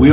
We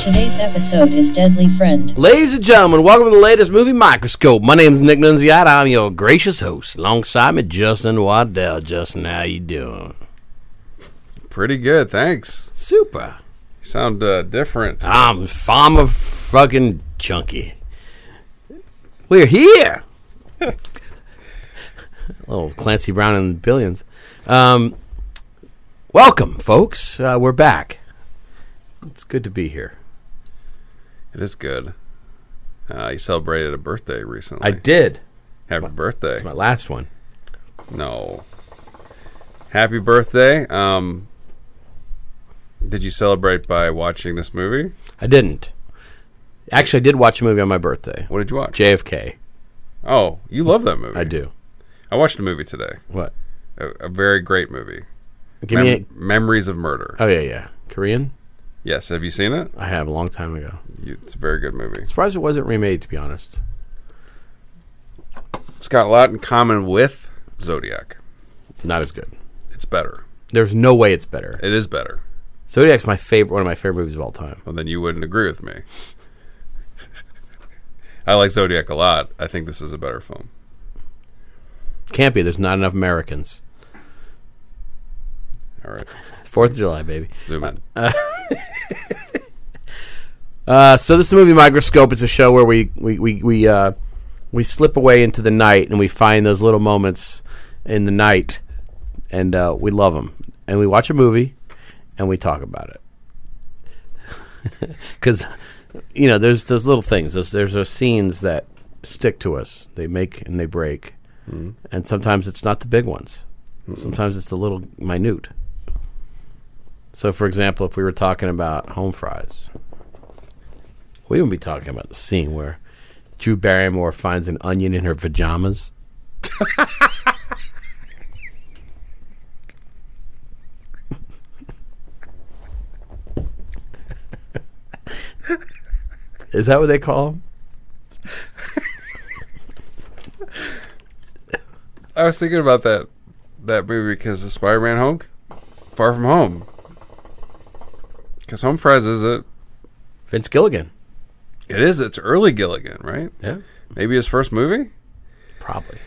Today's episode is Deadly Friend. Ladies and gentlemen, welcome to the latest movie microscope. My name is Nick Nunziata. I'm your gracious host. Alongside me, Justin Waddell. Justin, how you doing? Pretty good, thanks. Super. You sound uh, different. I'm farmer fucking chunky. We're here. Little Clancy Brown and billions. Um, welcome, folks. Uh, we're back. It's good to be here. It is good. Uh, you celebrated a birthday recently. I did. Happy birthday. It's my last one. No. Happy birthday. Um, did you celebrate by watching this movie? I didn't. Actually, I did watch a movie on my birthday. What did you watch? JFK. oh, you love that movie. I do. I watched a movie today. What? A, a very great movie. Give Mem- me. A, Memories of Murder. oh yeah, yeah. Korean. yes. Have you seen it? I have a long time ago. You, it's a very good movie. Surprised it wasn't remade, to be honest. It's got a lot in common with Zodiac. Not as good. It's better. There's no way it's better. It is better. Zodiac's my favorite, one of my favorite movies of all time. Well, then you wouldn't agree with me. I like Zodiac a lot. I think this is a better film. Can't be. There's not enough Americans. All right, Fourth of July, baby. zoom in. Uh, so this is the movie Microscope. It's a show where we we we we, uh, we slip away into the night and we find those little moments in the night, and uh, we love them. And we watch a movie, and we talk about it. Because you know, there's those little things. There's there's those scenes that stick to us. They make and they break, and sometimes it's not the big ones. Sometimes it's the little minute. So, for example, if we were talking about home fries, we would be talking about the scene where Drew Barrymore finds an onion in her pajamas. Is that what they call them? I was thinking about that that movie because of Spider-Man: Home, Far From Home, because Home Fries is it. Vince Gilligan. It is. It's early Gilligan, right? Yeah. Maybe his first movie. Probably.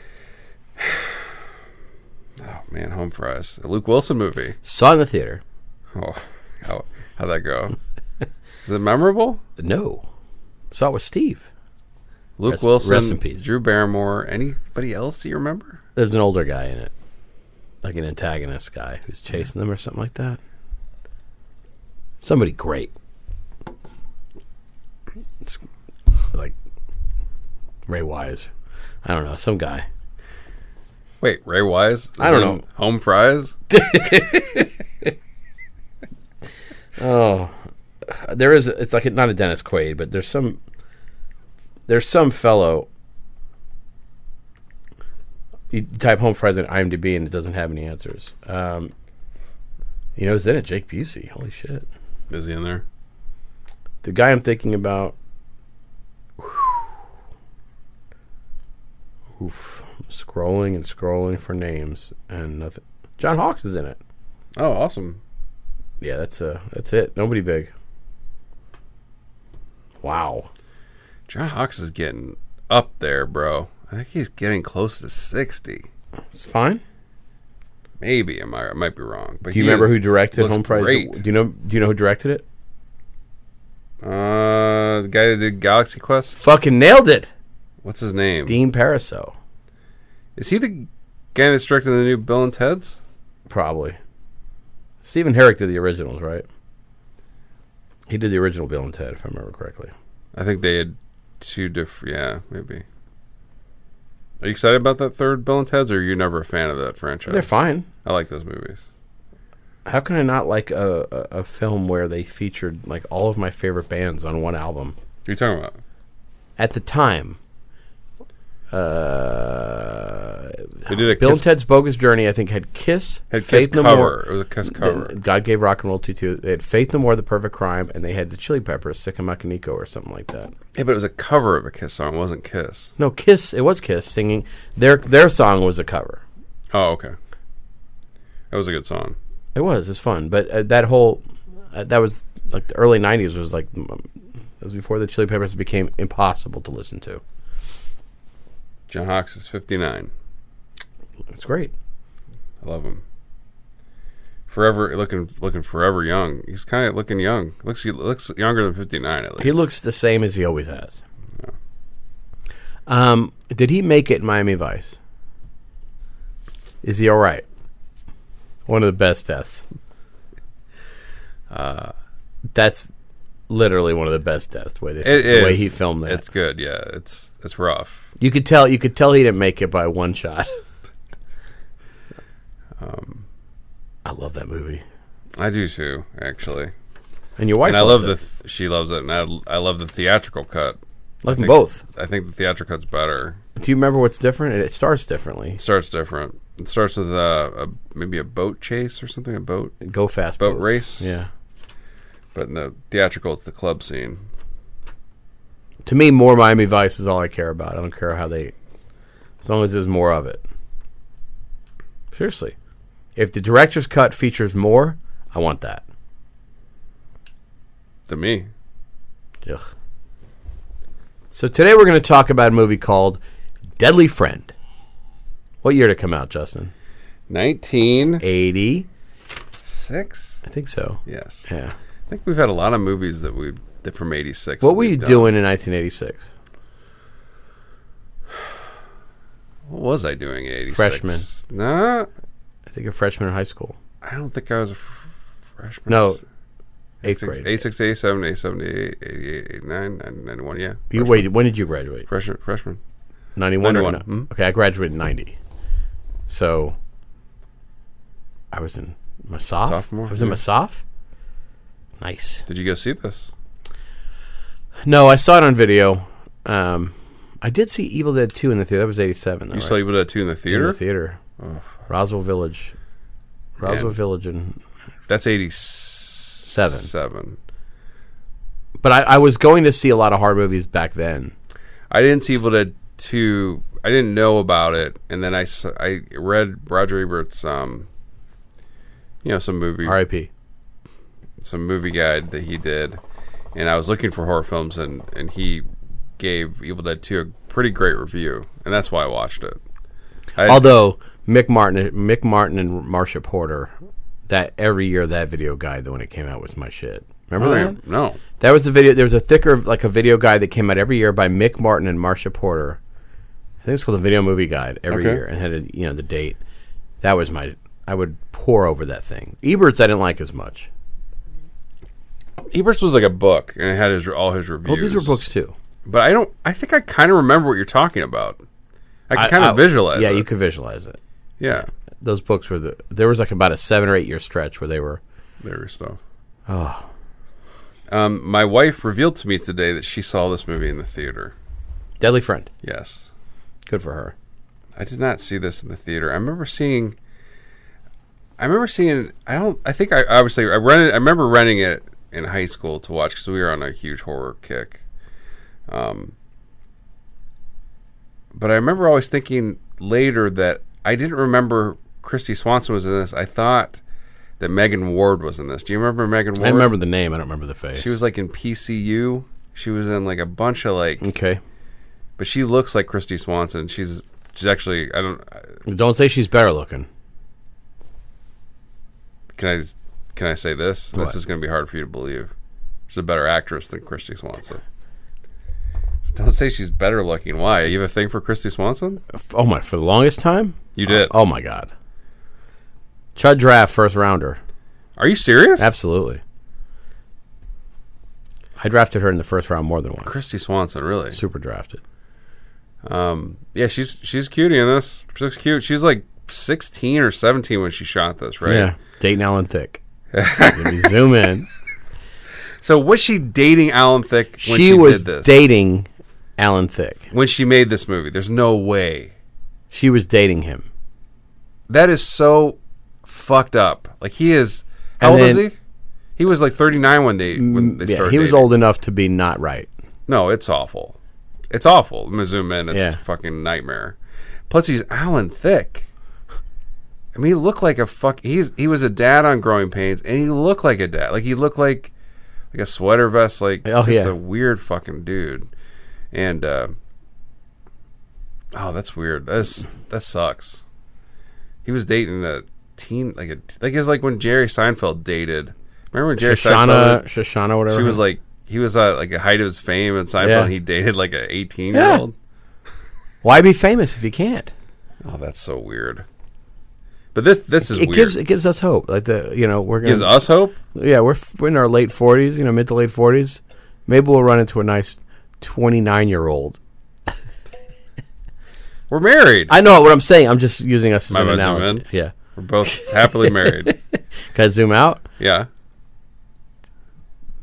Oh man, Home Fries, a Luke Wilson movie. Saw it in the theater. Oh, how how'd that go? is it memorable? No. Saw it with Steve. Luke Rest- Wilson, rest in peace. Drew Barrymore. Anybody else you remember? There's an older guy in it. Like an antagonist guy who's chasing them or something like that. Somebody great. It's like Ray Wise. I don't know, some guy. Wait, Ray Wise? I don't is know. in Home Fries? Oh, there is. It's like not a Dennis Quaid, but there's some. There's some fellow. You type home fries on IMDb and it doesn't have any answers. Um, you know, is in it Jake Busey? Holy shit! Is he in there? The guy I'm thinking about. Oof! Scrolling and scrolling for names and nothing. John Hawkes is in it. Oh, awesome. Yeah, that's uh, that's it. Nobody big. Wow. John Hawks is getting up there, bro. I think he's getting close to sixty. It's fine. Maybe am I? I might be wrong. But Do you he remember is- who directed looks Home Fries? great. Do you know do you know who directed it? Uh, the guy that did Galaxy Quest. Fucking nailed it. What's his name? Dean Pariseau. Is he the guy that's directing the new Bill and Ted's? Probably. Stephen Herrick did the originals, right? He did the original Bill and Ted, if I remember correctly. I think they had two different. Yeah, maybe. Are you excited about that third Bill and Ted's, or are you never a fan of that franchise? They're fine. I like those movies. How can I not like a, a, a film where they featured like all of my favorite bands on one album? What are you talking about? At the time, uh, They did a Bill Kiss, and Ted's Bogus Journey, I think, had Kiss, had Kiss No cover. More, It was a Kiss then cover. God Gave Rock and Roll to Two. They had Faith No More, The Perfect Crime, and they had the Chili Peppers, Sickamacanico, or something like that. yeah, but it was a cover of a Kiss song. It wasn't Kiss. No, Kiss. It was Kiss singing their their song was a cover. Oh, okay. That was a good song. It was. It's fun, but uh, that whole uh, that was like the early '90s was like mm, it was before the Chili Peppers became impossible to listen to. John Hawks is 59. It's great. I love him. Forever looking, looking forever young. He's kind of looking young. Looks he looks younger than 59 at least. He looks the same as he always has. Um, did he make it in Miami Vice? Is he all right? One of the best deaths. Uh, that's literally one of the best deaths. Way they, It the way is. he filmed that. It's good. Yeah, it's it's rough. You could tell. You could tell he didn't make it by one shot. Um, I love that movie, I do too, actually. and your wife. and I love loves the it. th- she loves it, and I I love the theatrical cut. Love them think- both. I think the theatrical cut's better. Do you remember what's different? It starts differently. It starts different. It starts with uh, a maybe a boat chase or something, a boat. Go fast. Boat boats. race? Yeah. But in the theatrical, it's the club scene. To me, more Miami Vice is all I care about. I don't care how they, as long as there's more of it. Seriously, if the director's cut features more, I want that. To me, Ugh. So today we're going to talk about a movie called Deadly Friend. What year did it come out, Justin? nineteen 80? six. I think so. Yes, Yeah. I think we've had a lot of movies that we that from eighty six. What were you doing in 1986? What was I doing? Eighty Freshman. Nah, I think a freshman in high school. I don't think I was a f- freshman. No, eighth grade. 86, 87, 87, 88, 88, 89, 91, yeah. You waited. When did you graduate? Freshman, freshman. 91 or 91, no? mhm. Okay, I graduated in 90. So I was in Masaf. Sophomore, I was in yeah. Masaf. Nice. Did you go see this? No, I saw it on video. Um, I did see Evil Dead 2 in the theater. That was 87 though. You right? saw Evil Dead 2 in the in theater? Oh. the theater. Roswell Village. Roswell Man. Village and That's 87. Seven. but I, I was going to see a lot of horror movies back then. I didn't see Evil Dead 2. I didn't know about it. And then I, s- I read Roger Ebert's, um, you know, some movie, R.I.P. some movie guide that he did. And I was looking for horror films, and, and he gave Evil Dead 2 a pretty great review. And that's why I watched it. I- Although Mick Martin, Mick Martin and Marsha Porter, that every year that video guide when it came out was my shit. I Remember don't that? even- no. That was the video. There was a thicker, like a video guide that came out every year by Mick Martin and Marcia Porter. I think it was called the Video Movie Guide every Okay. year, and had a, you know the date. That was my. I would pour over that thing. Ebert's I didn't like as much. Ebert's was like a book, and it had his all his reviews. Well, these were books too. but I don't. I think I kind of remember what you're talking about. I can kind I- of visualize. Yeah, it. you could visualize it. Yeah, Those books were the. There was like about a seven or eight year stretch where they were. there was stuff. Oh. Um, my wife revealed to me today that she saw this movie in the theater. Deadly Friend. Yes, Good for her. I did not see this in the theater. I remember seeing. I remember seeing. I don't. I think I obviously I rented. I remember renting it in high school to watch because we were on a huge horror kick. Um. But I remember always thinking later that I didn't remember Christy Swanson was in this. I thought that Megan Ward was in this. Do you remember Megan Ward? I remember the name. I don't remember the face. She was like in PCU. She was in like a bunch of like, Okay. but she looks like Christy Swanson. She's she's actually I don't Don't say she's better looking. can I can I say this? What? This is going to be hard for you to believe. She's a better actress than Christy Swanson. Don't say she's better looking. Why? You have a thing for Christy Swanson? F- Oh my! For the longest time, You did. Oh my God. Chud draft first rounder. Are you serious? Absolutely. I drafted her in the first round more than once. Christy Swanson, really? Super drafted. Yeah, she's she's cutie in this. She looks cute. She was like sixteen or seventeen when she shot this, right? Yeah. Dayton Allen Thick. Let me zoom in. So was she dating Alan Thicke when she, she was did this? dating Alan Thick. when she made this movie? There's no way. She was dating him. That is so fucked up. Like he is. How And old is then- Mm, he? He was like 39 when they when they Yeah, started. he was dating. old enough to be not right. No, it's awful. It's awful. I'm gonna zoom in. It's Yeah. a fucking nightmare. Plus, he's Alan Thick. I mean, he looked like a fuck. He's he was a dad on Growing Pains, and he looked like a dad. Like he looked like like a sweater vest, like Oh, just yeah. a weird fucking dude. And uh, oh, that's weird. That's that sucks. He was dating a teen, like a like it's like when Jerry Seinfeld dated. Remember when Jerry Shoshana, Seinfeld? Shoshana, whatever. She her- was like, he was at like a height of his fame and Seinfeld. Yeah. And he dated like an eighteen Yeah. year old. "Why be famous if you can't?" Oh, that's so weird. But this this is It weird. gives it gives us hope. Like the you know we're gonna gives us hope. yeah we're, f- we're in our late forties, you know, mid to late forties. Maybe we'll run into a nice twenty nine year old. We're married. I know what I'm saying. I'm just using us as Might an as well zoom analogy. Yeah. We're both happily married. Can I zoom out? Yeah,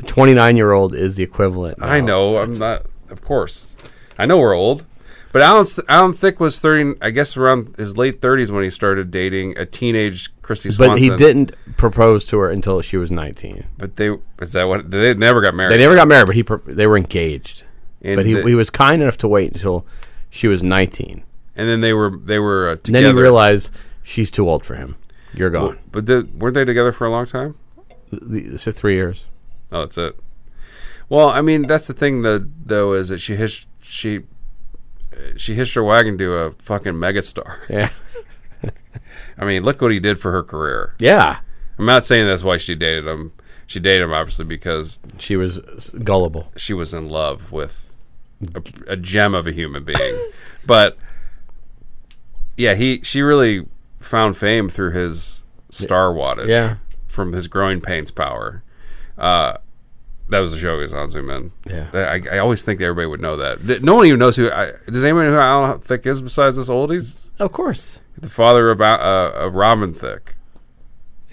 Twenty nine year old is the equivalent. I now. know. I'm not. Of course, I know we're old. But Alan Alan Thick was thirty. I guess around his late thirties when he started dating a teenage Christy Swanson. But he didn't propose to her until she was nineteen. But they is that what they never got married. They never got married, but he pro- they were engaged. And but he, the- he was kind enough to wait until she was nineteen. and then they were they were uh, And then together. he realized she's too old for him. You're gone. But the, weren't they together for a long time? The- This is three years. Oh, that's it. Well, I mean, that's the thing, though. Though is that she hitched she she hitched her wagon to a fucking megastar. Yeah. I mean, look what he did for her career. Yeah. I'm not saying that's why she dated him. She dated him obviously because She was s- gullible. she was in love with a, a gem of a human being. but yeah, he she really found fame through his star wattage. Yeah. from his growing pains power. Uh, that was the show he was on Zoom in. Yeah. I, I always think that everybody would know that. Th- No one even knows who. I, does anybody know who Alan Thick is besides this oldies? Of course. The father of Al- uh, of Robin Thick.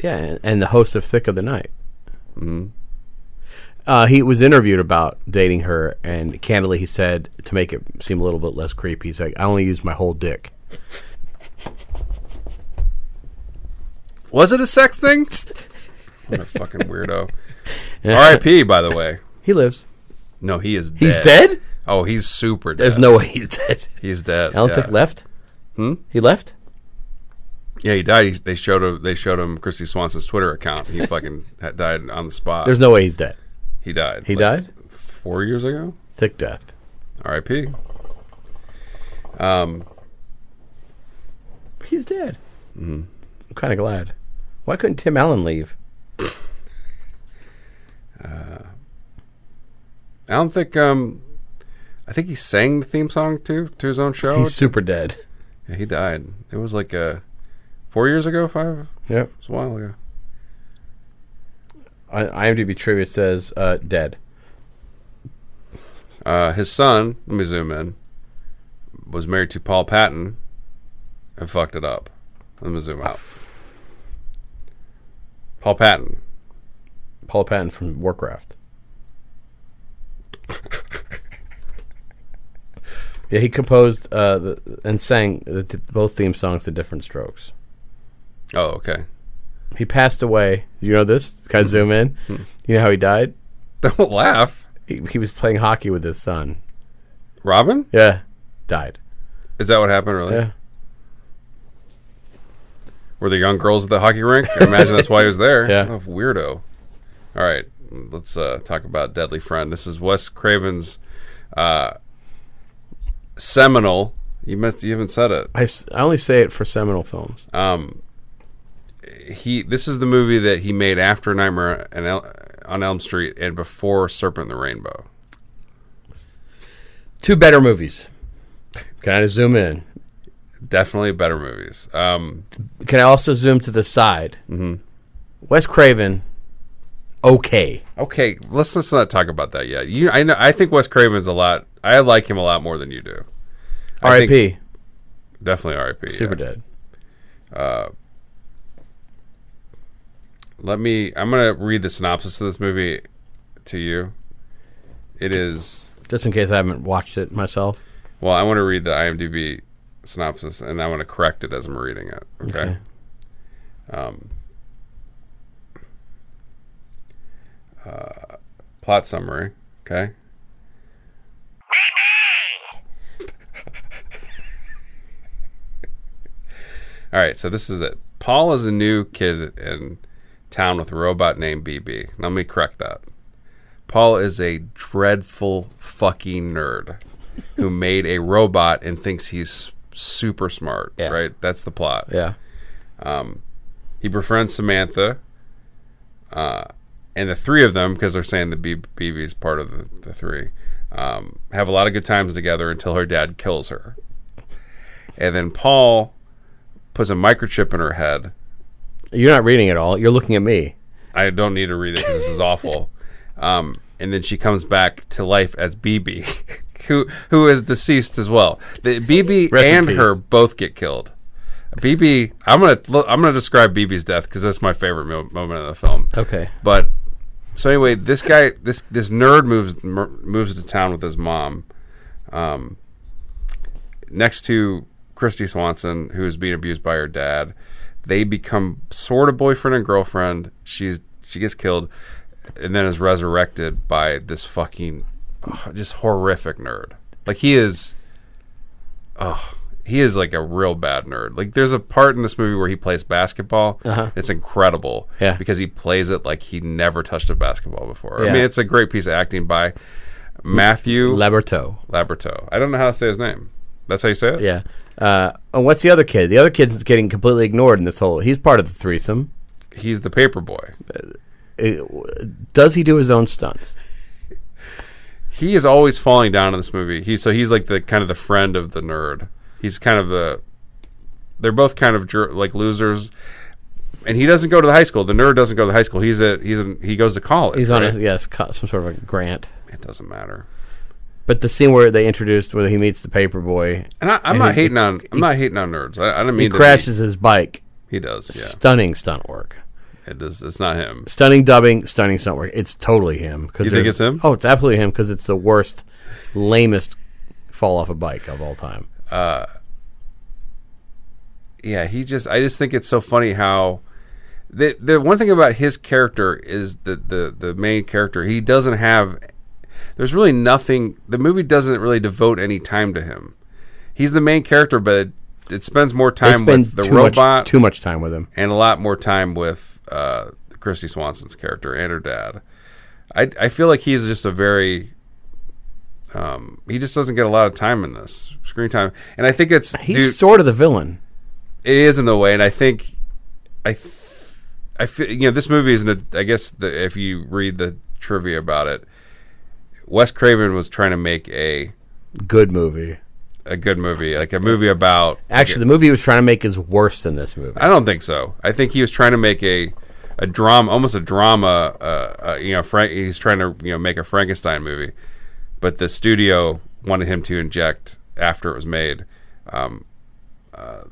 Yeah, and, and the host of Thick of the Night. Mm-hmm. Uh, he was interviewed about dating her, and candidly, he said to make it seem a little bit less creepy, he's like, "I only used my whole dick." Was it a sex thing? what a fucking weirdo. R.I.P. By the way. He lives. No, he is. dead. He's dead. Oh, he's super dead. There's no way he's dead. He's dead. Alan yeah. Thick left. Hmm. He left. Yeah, he died. He, they showed him. They showed him Christy Swanson's Twitter account. He fucking had died on the spot. There's no way he's dead. he died. He like, died. four years ago. Thick death. R.I.P. He's dead. Mm-hmm. I'm kind of glad. Why couldn't Tim Allen leave? I don't think. Um, I think he sang the theme song to to his own show. He's super dead. yeah, he died. It was like uh, four years ago, five. It Yep. was a while ago. On IMDb trivia says uh, dead. Uh, his son, let me zoom in, was married to Paul Patton, and fucked it up. Let me zoom out. Paul Patton. Paul Patton from Warcraft. yeah, he composed uh, the, and sang the, th- both theme songs to different strokes. Oh, okay. He passed away. You know this? Can I zoom in? You know how he died? Don't laugh, He, he was playing hockey with his son. Robin. Yeah, died. Is that what happened? Really? Yeah. Were the young girls at the hockey rink? I imagine that's why he was there. Yeah. What a weirdo. All right. let's uh, talk about Deadly Friend. This is Wes Craven's uh, seminal. You must, you haven't said it. I, s- I only say it for seminal films. Um, he this is the movie that he made after Nightmare on El- on Elm Street and before Serpent and the Rainbow. Two better movies. Can I zoom in? Definitely better movies. Um, Can I also zoom to the side? Mm-hmm. Wes Craven, okay. okay, let's let's not talk about that yet. You, I know, I think Wes Craven's a lot. I like him a lot more than you do. I think- R.I.P. Definitely R.I.P. Super yeah. dead. Let me. I'm gonna read the synopsis of this movie to you. It is. Just in case I haven't watched it myself. Well, I want to read the IMDb synopsis, and I want to correct it as I'm reading it. Okay. Okay. Um, uh, plot summary. Okay. All right, so this is it. Paul is a new kid in town with a robot named BB. Let me correct that. Paul is a dreadful fucking nerd who made a robot and thinks he's super smart, Yeah. right? That's the plot. Yeah. He befriends Samantha, uh, and the three of them, because they're saying the B- BB is part of the, the three, um, have a lot of good times together until her dad kills her. And then Paul puts a microchip in her head. You're not reading it all. You're looking at me. I don't need to read it 'cause this is awful. Um, and then she comes back to life as BB, who who is deceased as well. The BB Rest in and peace. her both get killed. BB, I'm gonna look, I'm gonna describe BB's death because that's my favorite mo- moment of the film. Okay. But so anyway, this guy, this this nerd moves mer- moves to town with his mom, um, next to Christy Swanson, who is being abused by her dad. They become sort of boyfriend and girlfriend. She's she gets killed, and then is resurrected by this fucking ugh, just horrific nerd. Like he is, oh, he is like a real bad nerd. Like there's a part in this movie where he plays basketball. It's incredible Uh-huh. Yeah. because he plays it like he never touched a basketball before. I Yeah. mean, it's a great piece of acting by Matthew Laberto. Laberto. I don't know how to say his name. That's how you say it. Yeah. Uh, and what's the other kid? The other kid's getting completely ignored in this whole. He's part of the threesome. He's the paper boy. It- does he do his own stunts? He is always falling down in this movie. He so he's like the kind of the friend of the nerd. He's kind of the. They're both kind of jer- like losers, and he doesn't go to the high school. The nerd doesn't go to the high school. He's a he's a, he goes to college. He's on right? a yes, co- some sort of a grant. It doesn't matter. But the scene where they introduced where he meets the paper boy, And I, I'm not hating on I'm not hating on nerds. I, I don't mean he to be- crashes his bike. He does. Yeah, Stunning stunt work. it does. It's not him. Stunning dubbing. Stunning stunt work. It's totally him. Cause You think there's- it's him? Oh, it's absolutely him because it's the worst, lamest fall off a bike of all time. yeah, he just I just think it's so funny how the the one thing about his character is the the the main character he doesn't have there's really nothing the movie doesn't really devote any time to him. He's the main character but it, it spends more They time spend with the too robot much too much time with him. and a lot more time with uh Christy Swanson's character and her dad. I I feel like he's just a very um, he just doesn't get a lot of time in this screen time, and I think it's He's dude- sort of the villain. it is in the way, and I think, I, th- I feel you know this movie is an. I guess the, if you read the trivia about it, Wes Craven was trying to make a Good movie. a good movie, like a movie about. Actually, the movie he was trying to make is worse than this movie. I don't think so. I think he was trying to make a a drama, almost a drama. Uh, uh, you know, Frank. He's trying to you know make a Frankenstein movie, but the studio wanted him to inject after it was made. Um, uh,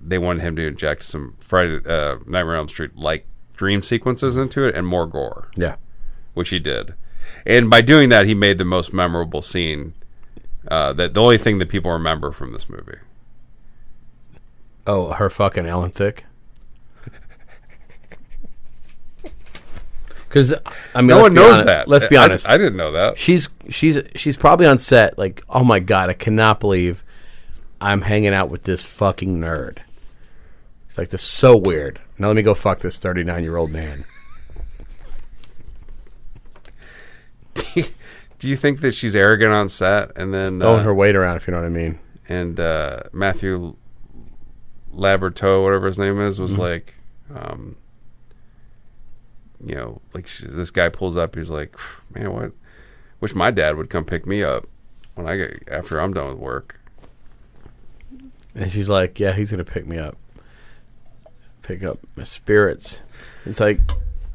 they wanted him to inject some Friday uh, Nightmare on Elm Street like dream sequences into it and more gore, Yeah. which he did. And by doing that, he made the most memorable scene. Uh, that the only thing that people remember from this movie. Oh, her fucking Ellen Thick. Because I mean, No let's one be knows hone- that. Let's be I- I- honest. I, didn't know that. she's she's she's probably on set. Like, oh my god, I cannot believe I'm hanging out with this fucking nerd. It's like this is so weird. Now let me go fuck this 39 year old man. think? Do you think that she's arrogant on set, and then Oh, throwing uh, her weight around, if you know what I mean. and uh, Matthew Laberto, whatever his name is, Mm-hmm. was like, um, you know, like sh this guy pulls up, he's like, man, what? Wish my dad would come pick me up when I get after I'm done with work. And she's like, "Yeah, he's gonna pick me up, pick up my spirits." It's like,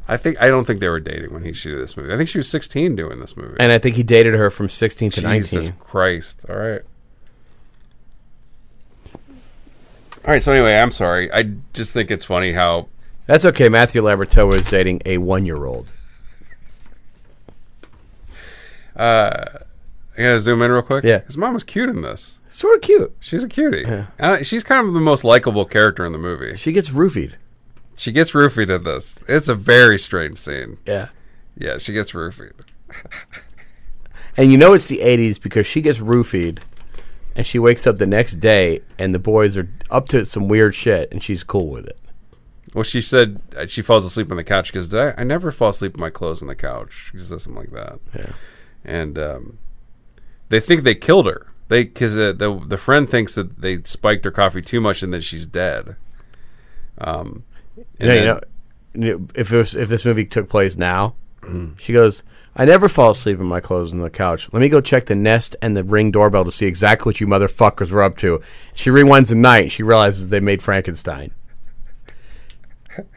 I think I don't think they were dating when he shooted this movie. I think she was 16 doing this movie. and I think he dated her from sixteen to Jesus nineteen. Christ! All right. All right. So anyway, I'm sorry. I just think it's funny how That's okay. Matthew Labrato was dating a one-year-old. I gotta zoom in real quick. Yeah. his mom was cute in this. Sort of cute. She's a cutie. Uh, she's kind of the most likable character in the movie. She gets roofied. She gets roofied in this. It's a very strange scene. Yeah. Yeah, she gets roofied. And you know it's the 80s because she gets roofied and she wakes up the next day and the boys are up to some weird shit and she's cool with it. Well, she said uh, she falls asleep on the couch because I, I never fall asleep with my clothes on the couch. She said something like that. Yeah. And um, they think they killed her. They because uh, the the friend thinks that they spiked her coffee too much and that she's dead. Um, and Yeah, you then- know, you know, if it was, if this movie took place now, she goes, "I never fall asleep in my clothes on the couch. Let me go check the Nest and the Ring doorbell to see exactly what you motherfuckers were up to." She rewinds the night. She realizes they made Frankenstein.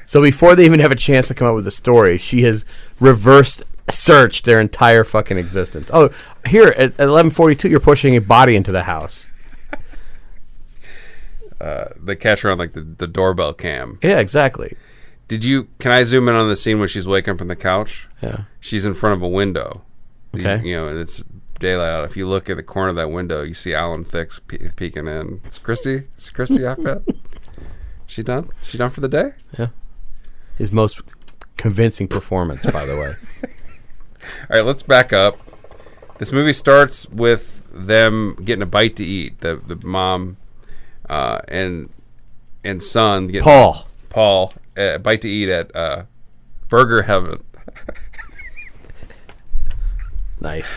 So before they even have a chance to come up with a story, she has reversed searched their entire fucking existence. Oh, here at at 11:42 you're pushing a body into the house. they catch her on like the, the doorbell cam. Yeah, exactly. Did you? Can I zoom in on the scene when she's waking up from the couch? Yeah. she's in front of a window. You- Okay. You, know, and it's daylight out. If you look at the corner of that window, you see Alan Thicke's pe- peeking in. It's Christy. It's Christy, I bet. She done? She done for the day? His most convincing performance, by the way. All right, let's back up. This movie starts with them getting a bite to eat. The the mom uh, and and son getting Paul Paul uh, a bite to eat at uh, Burger Heaven. Nice.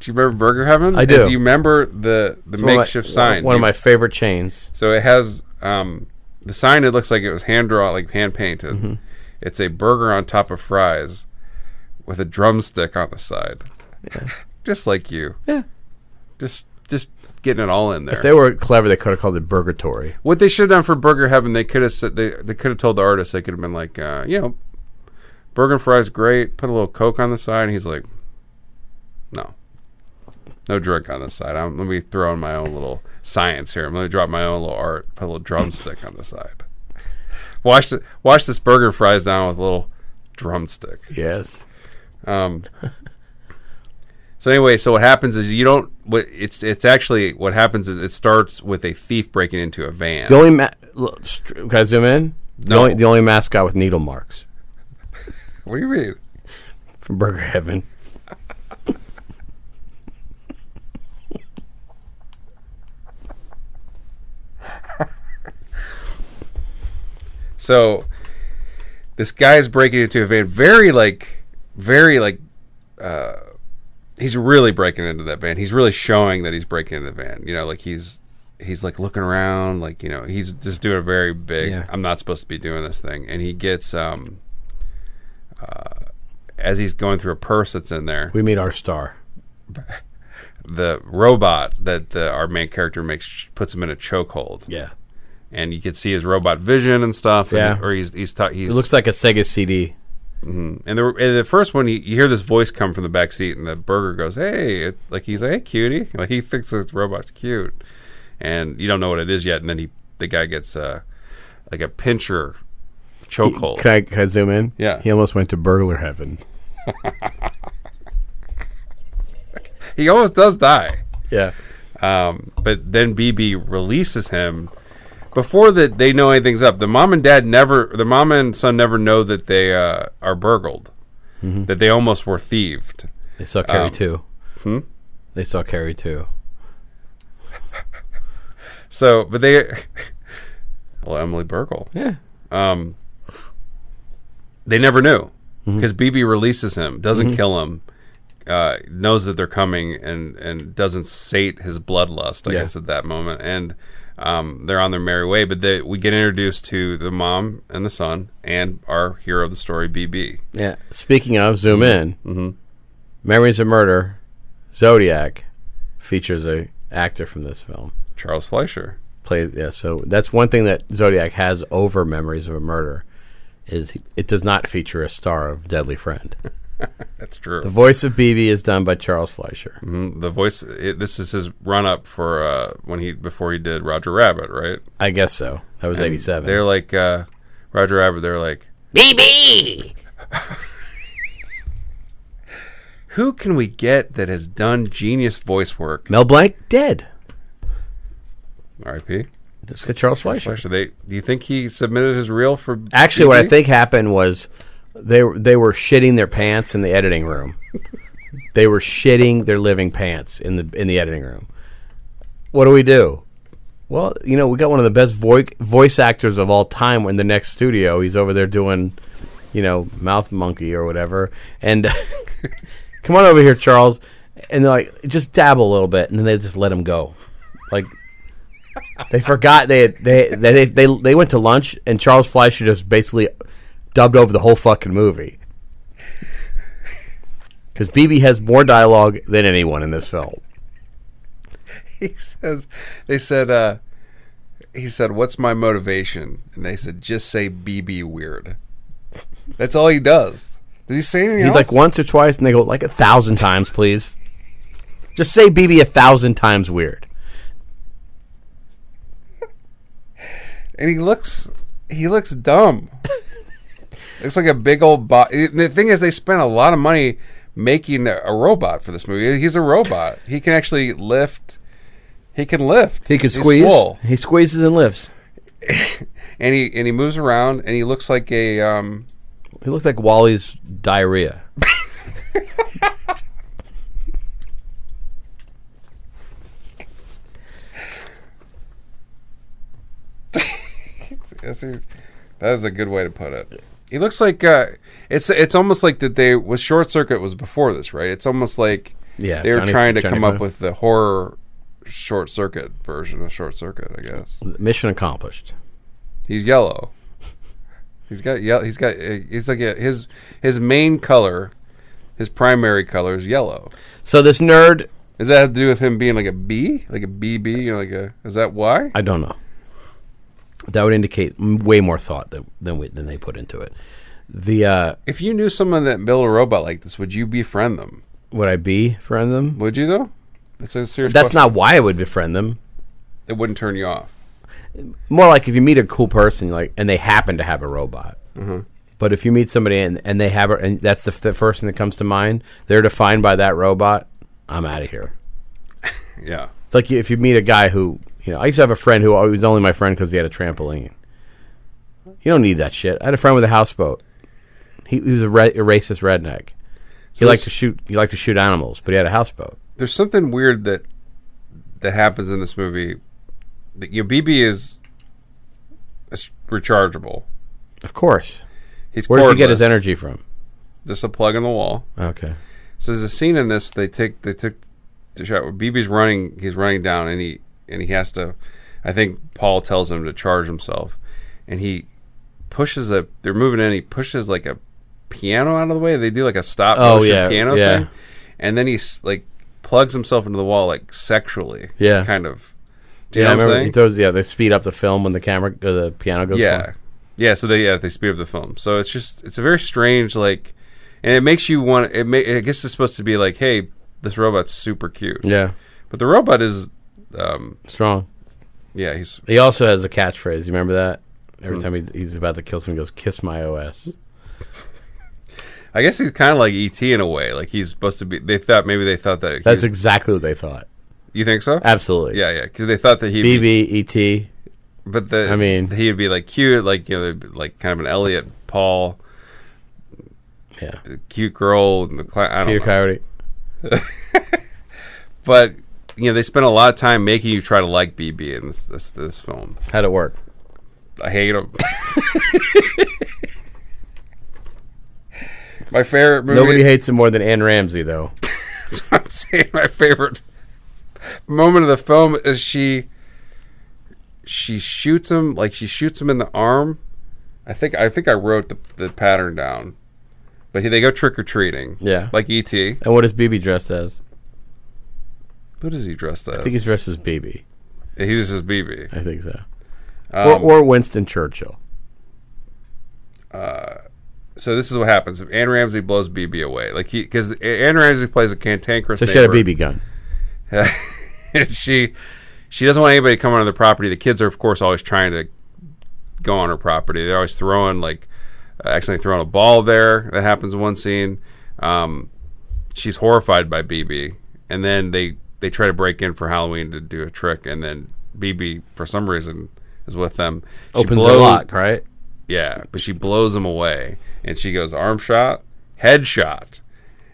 Do you remember Burger Heaven? I And do. do you remember the the One of my- makeshift sign? One Do of you- my favorite chains. So it has um, the sign. It looks like it was hand drawn, like hand painted. Mm-hmm. It's a burger on top of fries with a drumstick on the side, just like you. Yeah. Just just getting it all in there. If they were clever, they could have called it Burgatory. what they should have done for Burger Heaven, they could have said they they could have told the artist they could have been like, uh, you know, burger and fries great. Put a little Coke on the side. And he's like, no. No drink on the side. I'm, let me throw in my own little science here. I'm going to drop my own little art. Put a little drumstick on the side. Wash the, wash this burger and fries down with a little drumstick. Yes. Um, so anyway, so what happens is you don't. What it's it's actually what happens is it starts with a thief breaking into a van. The only ma- look, str- can I zoom in? The No. only the only mascot with needle marks What do you mean? from Burger Heaven. So this guy's breaking into a van, very like, very like, uh, he's really breaking into that van. He's really showing that he's breaking into the van. You know, like he's he's like looking around, like you know, he's just doing a very big. Yeah. I'm not supposed to be doing this thing, and he gets um. Uh, as he's going through a purse that's in there, We meet our star. the robot that the, our main character makes puts him in a chokehold, Yeah. and you can see his robot vision and stuff. and- Yeah. or he's he's, ta- he's It looks like a Sega CD. And the, and the first one, you, you hear this voice come from the back seat, and the burger goes, "Hey!" It, like he's like, "Hey, cutie!" Like he thinks this robot's cute, and you don't know what it is yet. And then he, the guy gets uh, like a pincher chokehold. Can I, can I zoom in? Yeah. He almost went to burglar heaven. He almost does die, Yeah. um, but then BB releases him. Before that, they know anything's up. The mom and dad never, the mom and son never know that they uh, are burgled, that they almost were thieved. They saw Carrie Um, too. They saw Carrie too. So, but they, well, Emily Burgle. Yeah. um, Mm-hmm. they never knew because BB releases him, doesn't kill him, uh, knows that they're coming and and doesn't sate his bloodlust, I Yeah. guess, at that moment. And um, they're on their merry way. But they, we get introduced to the mom and the son and our hero of the story, BB. Yeah. Speaking of, zoom in. Mm-hmm. Memories of Murder, Zodiac features a actor from this film. Charles Fleischer. Play yeah. So that's one thing that Zodiac has over Memories of a Murder, is he- it does not feature a star of Deadly Friend. That's true. The voice of BB is done by Charles Fleischer. Mhm. The voice. It, this is his run up for uh, when he before he did Roger Rabbit, right? I guess so. That was eighty seven. They're like uh, Roger Rabbit. They're like BB. Who can we get that has done genius voice work? Mel Blanc dead. R.I.P. Let's get Charles Fleischer. Fleischer. They. Do you think he submitted his reel for? Actually, what I BB? think happened was they were- they were shitting their pants in the editing room. they were shitting their living pants in the in the editing room. What do we do? Well, you know, we got one of the best voi- voice actors of all time in the next studio. He's over there doing, you know, mouth monkey or whatever. And come on over here, Charles. And they're like, just dabble a little bit, and then they just let him go. Like they forgot they they they they, they went to lunch, and Charles Fleischer just basically dubbed over the whole fucking movie. Because BB has more dialogue than anyone in this film. he says they said uh he said what's my motivation and they said just say bb weird that's all he does did he say anything He's else? like once or twice, and they go like a thousand times, please. Just say BB a thousand times weird. and he looks he looks dumb looks like a big old bot the thing is they spent a lot of money making a robot for this movie he's a robot he can actually lift he can lift He could He's squeeze. swole. He squeezes and lifts. and he and he moves around and he looks like a um He looks like Wally's diarrhea. That's a, that is a good way to put it. He looks like uh, it's it's almost like that they was short circuit was before this, right? It's almost like Yeah, they were Johnny- trying to Johnny come up Five. with the horror short circuit version of short circuit. I guess Mission accomplished. he's yellow. He's got yellow. He's got uh, he's like a, his his main color, his primary color is yellow. So this nerd, Does that have to do with him being like a bee, like a BB? You know, like a is that why? I don't know. That would indicate m- way more thought than than, we, than they put into it. The uh, If you knew someone that built a robot like this, would you befriend them? would I befriend them? Would you though? That's a serious. That's question. not why I would befriend them. It wouldn't turn you off. More like if you meet a cool person, like and they happen to have a robot. But if you meet somebody and, and they have a, and that's the, f- the first thing that comes to mind, they're defined by that robot. I'm out of here. Yeah. It's like if you meet a guy who, you know, I used to have a friend who always was only my friend because he had a trampoline. You don't need that shit. I had a friend with a houseboat. He, he was a, re- a racist redneck. He liked to there's- shoot. He liked to shoot animals, but he had a houseboat. There's something weird that that happens in this movie. That your BB is, is rechargeable. Of course. He's Where does he get his cordless. energy from? Just a plug in the wall. Okay. So there's a scene in this. They take they took the shot where BB's running. He's running down, and he and he has to. I think Paul tells him to charge himself, and he pushes a. They're moving in. He pushes like a piano out of the way. They do like a stop Oh, motion yeah, piano yeah. thing, and then he's like plugs himself into the wall like sexually. Yeah. kind of. Do you Yeah, I know what remember I'm he saying? throws. Yeah, they speed up the film when the camera, uh, the piano goes. yeah flying. yeah so they yeah they speed up the film so it's just it's a very strange like and it makes you want it ma- i guess it's supposed to be like hey this robot's super cute yeah, but the robot is um strong. yeah he's He also has a catchphrase. You remember that? Hmm. Every time he's, he's about to kill someone, he goes, "Kiss my OS." i guess he's kind of like et in a way like he's supposed to be they thought maybe they thought that he- That's exactly what they thought. you think so Absolutely. E yeah yeah because they thought that he would be, BB ET. but the I mean- he'd be like cute like you know they'd be like kind of an elliot paul Yeah. cute girl and the cla- I don't Peter know. Coyote. but you know they spent a lot of time making you try to like bb in this this, this film How'd it work? I hate him. My favorite movie. Nobody hates him more than Ann Ramsey, though. That's what I'm saying. My favorite moment of the film is she she shoots him like she shoots him in the arm. I think I think I wrote the, the pattern down, but he, they go trick or treating. Yeah. like E ET. And what is BB dressed as? What is he dressed as? I think he's dressed as BB. he uses BB. I think so. Um, or, or Winston Churchill. so this is what happens. If Anne Ramsey blows BB away, like he because Anne Ramsey plays a cantankerous. So she had a neighbor. BB gun. and she she doesn't want anybody coming on the property. The kids are, of course, always trying to go on her property. They're always throwing like uh, accidentally throwing a ball there. That happens in one scene. Um, she's horrified by BB, and then they they try to break in for Halloween to do a trick, and then BB for some reason is with them. She Opens the blows- lock, right? yeah, but she blows him away, and she goes arm shot, head shot,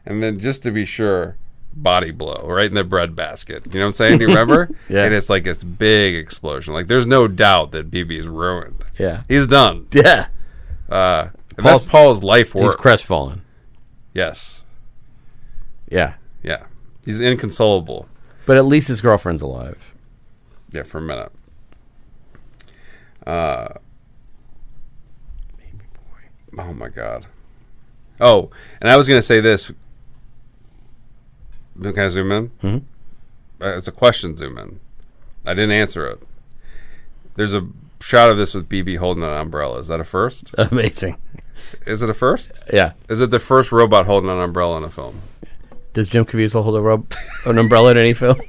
and then just to be sure, body blow right in the bread basket. You know what I'm saying? Do you remember? Yeah. And it's like this big explosion. Like there's no doubt that BB is ruined. Yeah. He's done. Yeah. Uh, and Paul's- that's Paul's life He's work. crestfallen. yes. Yeah. Yeah. He's inconsolable. But at least his girlfriend's alive. Yeah, for a minute. Uh, oh my god. Oh, and I was gonna say this. Can I zoom in? Mm-hmm. Uh, it's a question. Zoom in. I didn't answer it. There's a shot of this with BB holding an umbrella. Is that a first? Amazing. Is it a first? Yeah. Is it the first robot holding an umbrella in a film? Does Jim Caviezel hold a rope, an umbrella in any film?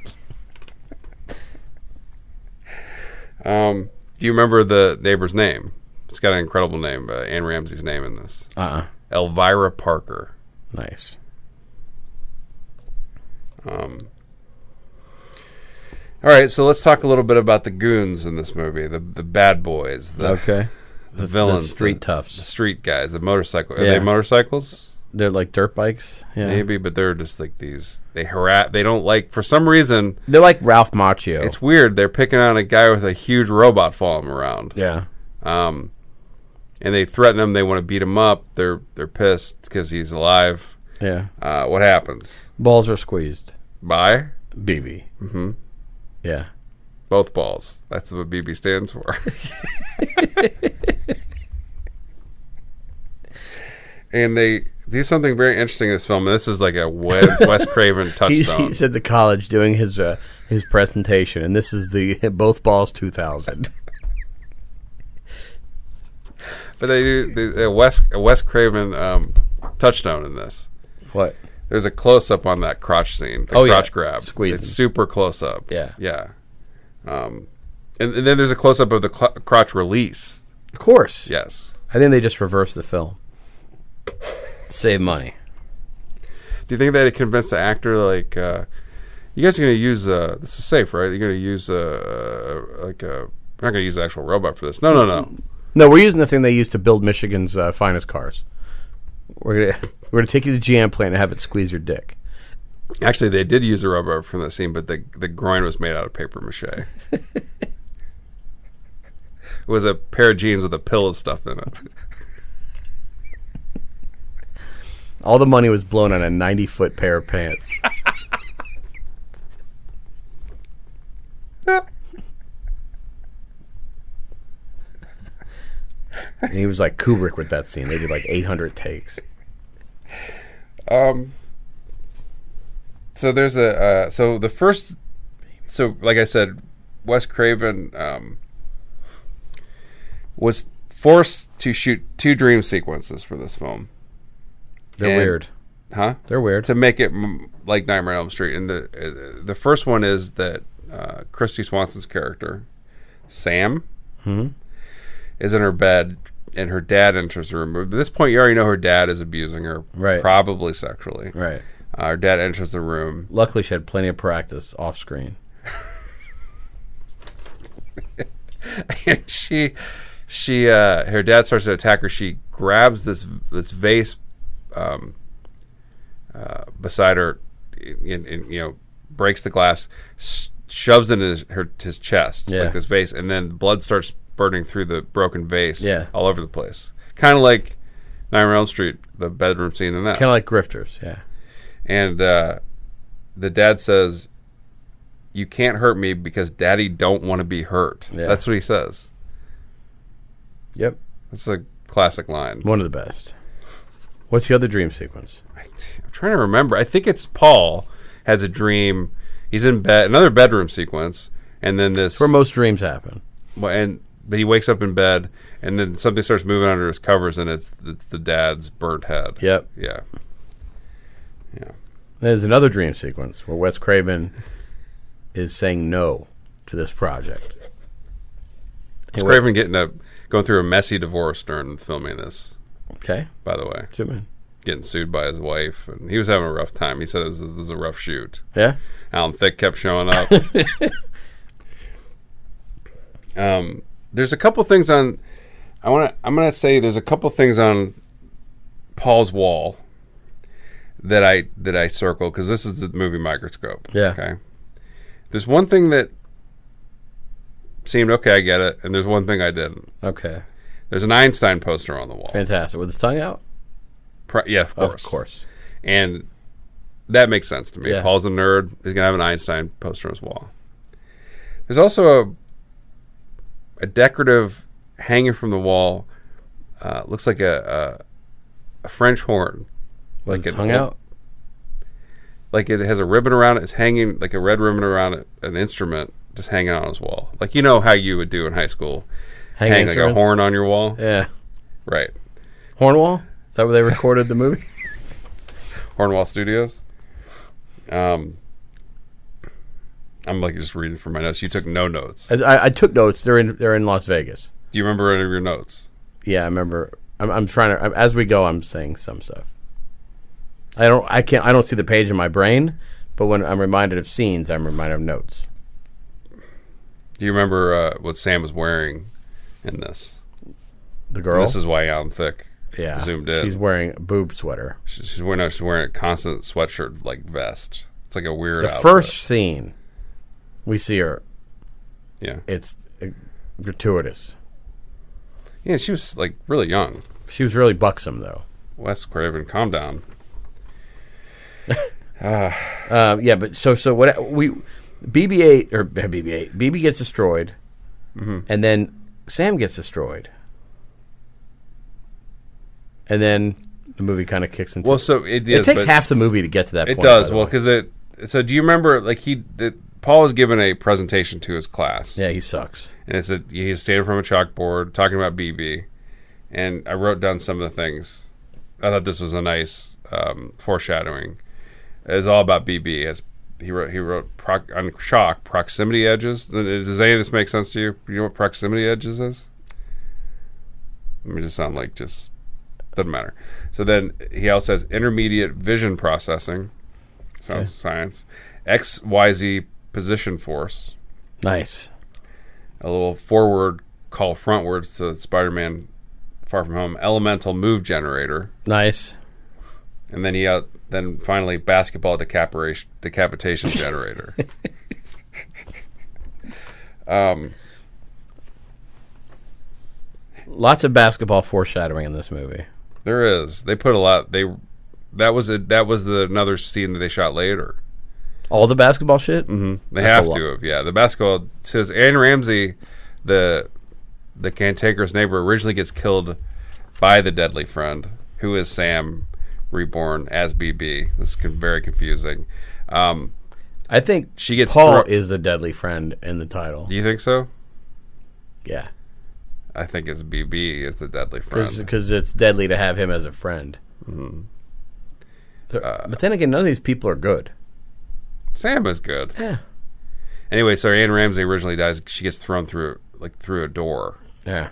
Um, do you remember the neighbor's name? It's got an incredible name. Uh, Anne Ramsey's name in this. Uh uh Elvira Parker. Nice. All right, so let's talk a little bit about the goons in this movie, the the bad boys, the, Okay. the villains, the street the toughs. street guys, the motorcycle. Are Yeah. they motorcycles? They're like dirt bikes. Yeah. Maybe, but they're just like these. They harass. They don't like for some reason. They're like Ralph Macchio. It's weird. They're picking on a guy with a huge robot following him around, yeah. um, and they threaten him. They want to beat him up. They're they're pissed because he's alive. Yeah. Uh, what happens? Balls are squeezed. Bye. BB. Mm-hmm. Yeah. Both balls. That's what BB stands for. and they do something very interesting in this film. And this is like a Wes Wes Craven He's, touchstone. he's at the college doing his uh, his presentation, and this is the both balls two thousand. but they do they, a, Wes, a Wes Craven um, touchstone in this. What? There's a close up on that crotch scene. The Oh, yeah. crotch grab. Squeezing. It's super close up. Yeah. Yeah. Um, and, and then there's a close up of the cl- crotch release. Of course. Yes. I think they just reversed the film. Save money. Do you think that it convinced the actor like uh, you guys are going to use uh, this is safe, right? You're going to use uh, like a we're not going to use the actual robot for this. No, no, no. No, we're using the thing they used to build Michigan's uh, finest cars. We're gonna we're gonna take you to GM plant and have it squeeze your dick. Actually, they did use a robot from that scene, but the the groin was made out of paper mache. it was a pair of jeans with a pillow stuffed in it. All the money was blown on a ninety foot pair of pants. and he was like Kubrick with that scene. They did like eight hundred takes. Um. So there's a uh, so the first so like I said, Wes Craven um, was forced to shoot two dream sequences for this film, They're And- weird. huh? They're weird. To make it m- like Nightmare on Elm Street, and the uh, the first one is that uh, Christy Swanson's character, Sam, Hmm? is in her bed, and her dad enters the room. At this point, you already know her dad is abusing her, Right. Probably sexually, Right. uh, her dad enters the room. Luckily, she had plenty of practice off screen. and she she uh her dad starts to attack her she grabs this this vase um uh beside her and, and you know breaks the glass s- shoves it in his, her his chest Yeah. like this vase and then blood starts spurting through the broken vase Yeah. all over the place kind of like Nightmare on Elm Street the bedroom scene in that Kind of like grifters. Yeah. and uh the dad says, "You can't hurt me because daddy don't want to be hurt." Yeah. That's what he says. Yep. That's a classic line. One of the best. What's the other dream sequence? I- I'm trying to remember. I think it's Paul has a dream. He's in bed, another bedroom sequence, and then this Where most dreams happen. Well, and but he wakes up in bed, and then something starts moving under his covers, and it's it's the dad's burnt head. Yep. Yeah. There's another dream sequence where Wes Craven is saying no to this project. It's Hey, wait. Craven getting a going through a messy divorce during filming this. Okay. By the way, Zoom in. getting sued by his wife, and he was having a rough time. He said it was, this was a rough shoot. Yeah. Alan Thick kept showing up. um, there's a couple things on. I want to. I'm going to say there's a couple things on Paul's wall that I that I circle because this is the movie microscope. Yeah. Okay. There's one thing that seemed okay. I get it, and there's one thing I didn't. Okay. There's an Einstein poster on the wall. Fantastic. With his tongue out? Pri- yeah, of Of course. course. And that makes sense to me. Yeah. Paul's a nerd. He's gonna have an Einstein poster on his wall. There's also a a decorative hanging from the wall. Uh, looks like a, a a French horn. With Like his an tongue old- out? Like it has a ribbon around it. It's hanging like a red ribbon around it. An instrument just hanging on his wall. Like you know how you would do in high school. Hanging hang like a instruments? horn on your wall. Yeah. Right. Hornwall? Is that where they recorded the movie? Hornwall Studios. Um, I'm like just reading from my notes. You took no notes. I, I, I took notes. They're in they're in Las Vegas. Do you remember any of your notes? Yeah, I remember. I'm, I'm trying to I'm, as we go. I'm saying some stuff. I don't. I can't. I don't see the page in my brain, but when I'm reminded of scenes, I'm reminded of notes. Do you remember uh, what Sam was wearing in this? The And girl. This is why Alan Thick. yeah. zoomed in. She's wearing a boob sweater. She's she's wearing a, she's wearing a constant sweatshirt like vest. It's like a weird. The outfit. first scene we see her, Yeah. it's uh, gratuitous. Yeah. She was like really young. She was really buxom though. Wes Craven, calm down. Um, yeah, but so so what we BB-8 or BB-8 BB gets destroyed, and then Sam gets destroyed, and then the movie kind of kicks into. Well, so it it, is, takes but- half the movie to get to that. It point, by does. the Well, way. because it. So do you remember like he? The, Paul is giving a presentation to his class. yeah, he sucks. and it's a he's standing from a chalkboard talking about BB, and I wrote down some of the things. I thought this was a nice um, foreshadowing. It's all about BB. As he wrote, he wrote proc- on chalk proximity edges. Th- th- Does any of this make sense to you? You know what proximity edges is? Let me just sound like just doesn't matter. So then he also has intermediate vision processing. Sounds science. X Y Z position force Nice. a little forward call frontwards to Spider-Man Far From Home elemental move generator, Nice. and then he out then finally basketball decapitation decapitation generator. um, Lots of basketball foreshadowing in this movie. there is they put a lot they that was a that was the another scene that they shot later. All the basketball shit. Mm-hmm. They That's a have lot. to have yeah the basketball says Anne Ramsey the the cantankerous neighbor originally gets killed by the deadly friend who is Sam reborn as BB. This is con- very confusing. Um, I think She gets Paul thro- is the deadly friend in the title. Do you think so? Yeah, I think it's BB is the deadly friend. because it's deadly to have him as a friend. Uh, There- but then again, none of these people are good. Sam is good. Yeah. Anyway, so Anne Ramsey originally dies. She gets thrown through like through a door. Yeah.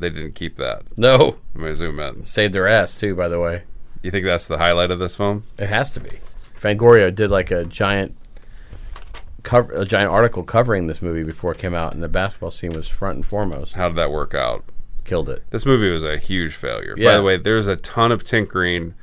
They didn't keep that. No. I'm gonna zoom in. Saved their ass too, by the way. You think that's the highlight of this film? It has to be. Fangoria did like a giant cover a giant article covering this movie before it came out and the basketball scene was front and foremost. How did that work out? Killed it. This movie was a huge failure. By Yeah. the way, there's a ton of tinkering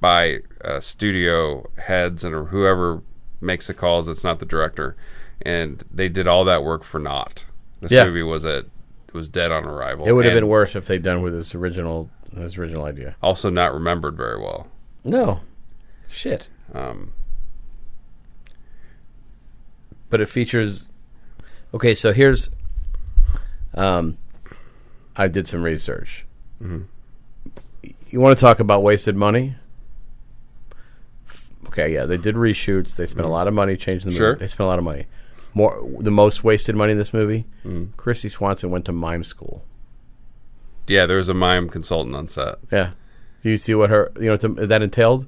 by uh, studio heads and whoever makes the calls. It's not the director, and they did all that work for naught. This Yeah. movie was a was dead on arrival. It would have and been worse if they'd done with his original his original idea. Um, also not remembered very well. No. Shit. but it features. Okay, so here's. Um, I did some research. You want to talk about wasted money? F- Okay, yeah, they did reshoots. They spent a lot of money changing the movie. Sure. They spent a lot of money. More, the most wasted money in this movie. Christy Swanson went to mime school. Yeah, there was a mime consultant on set. Yeah. Do you see what her, you know, what the- that entailed?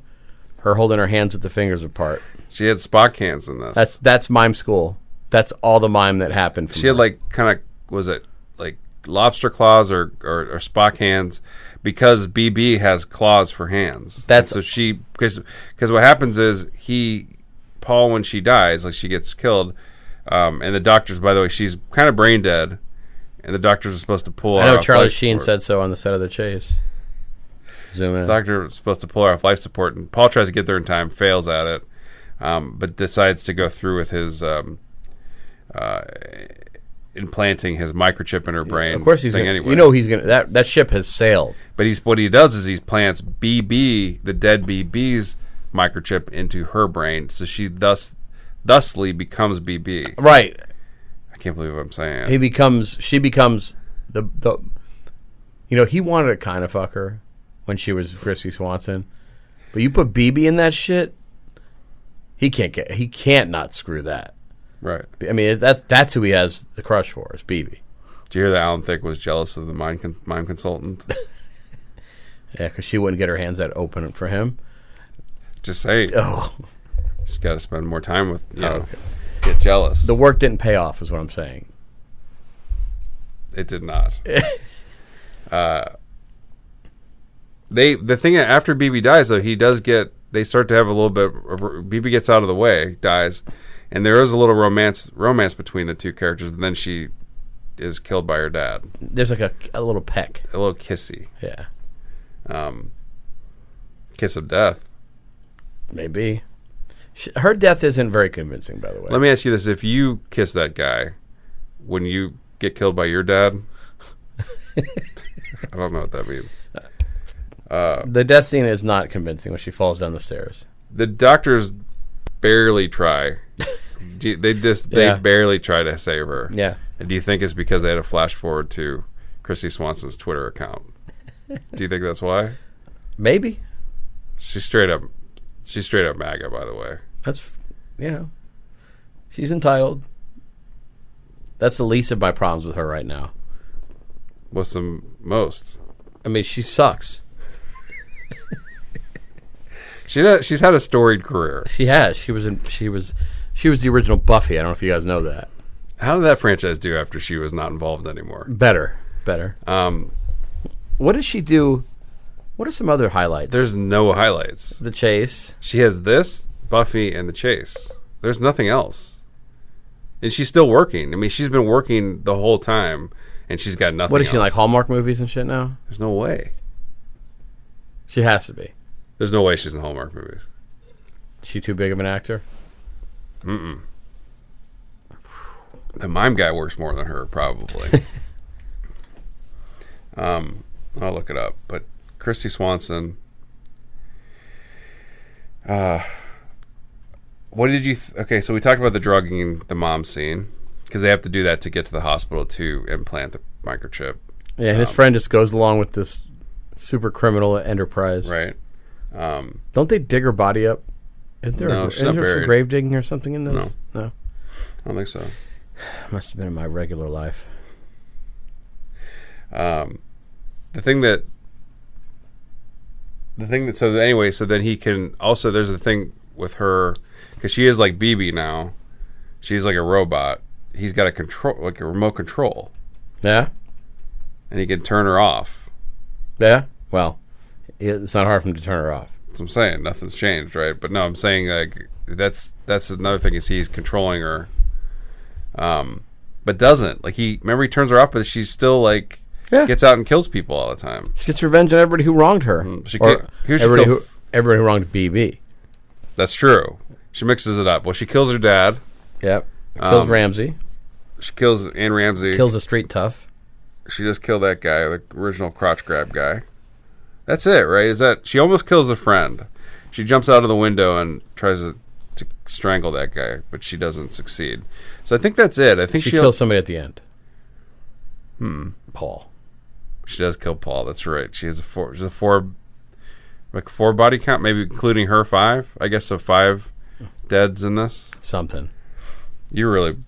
Her holding her hands with the fingers apart. She had Spock hands in this. That's that's mime school. That's all the mime that happened. From she had her. like kind of was it like lobster claws or, or or Spock hands because BB has claws for hands. And That's- so she because because what happens is he Paul when she dies like she gets killed, um, and the doctors by the way she's kind of brain dead, and the doctors are supposed to pull. I her know off Charlie life Sheen said support. so on the set of The Chase. Zoom in. The doctor was supposed to pull her off life support, and Paul tries to get there in time, fails at it, um, but decides to go through with his um, uh, implanting his microchip in her brain. of course he's thing gonna, anyway. You know he's gonna that that ship has sailed. But he's what he does is he plants BB, the dead BB's microchip into her brain, so she thus thusly becomes BB. Right. I can't believe what I'm saying. He becomes she becomes the the you know, he wanted to kind of fuck her when she was Christy Swanson. But you put BB in that shit, he can't get he can't not screw that. right? I mean, it's- that's that's who he has the crush for is BB. Did you hear that Alan Thicke was jealous of the mind con- mind consultant? Yeah, because she wouldn't get her hands that open for him. Just saying, Oh, just got to spend more time with. You know, okay. Get jealous. the work didn't pay off, is what I'm saying. It did not. uh, they the thing after BB dies though, he does get they start to have a little bit. of- BB gets out of the way, dies, and there is a little romance romance between the two characters. But then she is killed by her dad. There's like a, a little peck. A little kissy Yeah, kiss of death. maybe. Sh her death isn't very convincing, by the way. Let me ask you this: If you kiss that guy, when you get killed by your dad, I don't know what that means. the death scene is not convincing when she falls down the stairs. the doctors barely try. Do you- they just they Yeah. barely try to save her. Yeah, And do you think it's because they had a flash forward to Christy Swanson's Twitter account? do you think that's why? maybe. She's straight up. She's straight up MAGA, by the way. That's you know, she's entitled. That's the least of my problems with her right now. What's the most? I mean, she sucks. She does, she's had a storied career. She has. She was in. She was. She was the original Buffy. I don't know if you guys know that. How did that franchise do after she was not involved anymore? Better. Better. Um, What does she do? What are some other highlights? there's no highlights. the chase. She has this Buffy and the Chase. There's nothing else, and she's still working. I mean, she's been working the whole time, and she's got nothing. What is she in, else. like Hallmark movies and shit now? There's no way. She has to be. There's no way she's in Hallmark movies. She too big of an actor. The mime guy works more than her, probably. um, I'll look it up. But Christy Swanson. Uh, what did you? Th- okay, so we talked about the drugging the mom scene because they have to do that to get to the hospital to implant the microchip. Yeah, and his friend just goes along with this super criminal enterprise. Right. Don't they dig her body up? Isn't there, No, a, she's isn't not there some buried. grave digging or something in this? No. I don't think so. Must have been in my regular life. The thing that the thing that so that- anyway, so then he can also there's the thing with her cuz she is like BB now. She's like a robot. He's got a control like a remote control Yeah? and he can turn her off. Yeah? Well, it's not hard for him to turn her off. That's what I'm saying. Nothing's changed, right? But no, I'm saying like that's that's another thing is he's controlling her. Um but doesn't. Like he remember he turns her off but she's still like Yeah. gets out and kills people all the time. She gets revenge on everybody who wronged her. she Or can't- here's your everybody, kill- who, everybody who wronged BB. That's true. She mixes it up. Well, she kills her dad. Yep. Kills Ramsey. She kills Ann Ramsey. Kills a street tough. She just killed that guy, the original crotch grab guy. That's it, right? Is that she almost kills a friend? She jumps out of the window and tries to to strangle that guy, but she doesn't succeed. So I think that's it. I think She she'll- kills somebody at the end. Hmm. Paul. She does kill Paul. That's right. She has a four. She's a four, like four body count, maybe including her five. I guess so. Five deads in this. Something. You're really,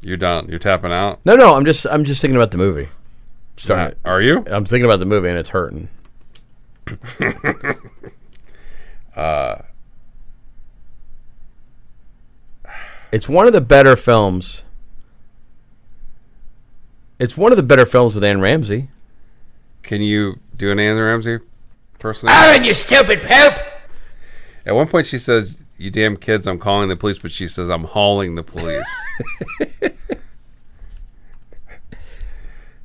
you're done. You're tapping out. No, no. I'm just I'm just thinking about the movie. Uh, Start. Are you? I'm thinking about the movie and it's hurting. uh, it's one of the better films. It's one of the better films with Anne Ramsey. Can you do an Anne Ramsey personality? you stupid poop! At one point, she says, "You damn kids, I'm calling the police," but she says, "I'm hauling the police."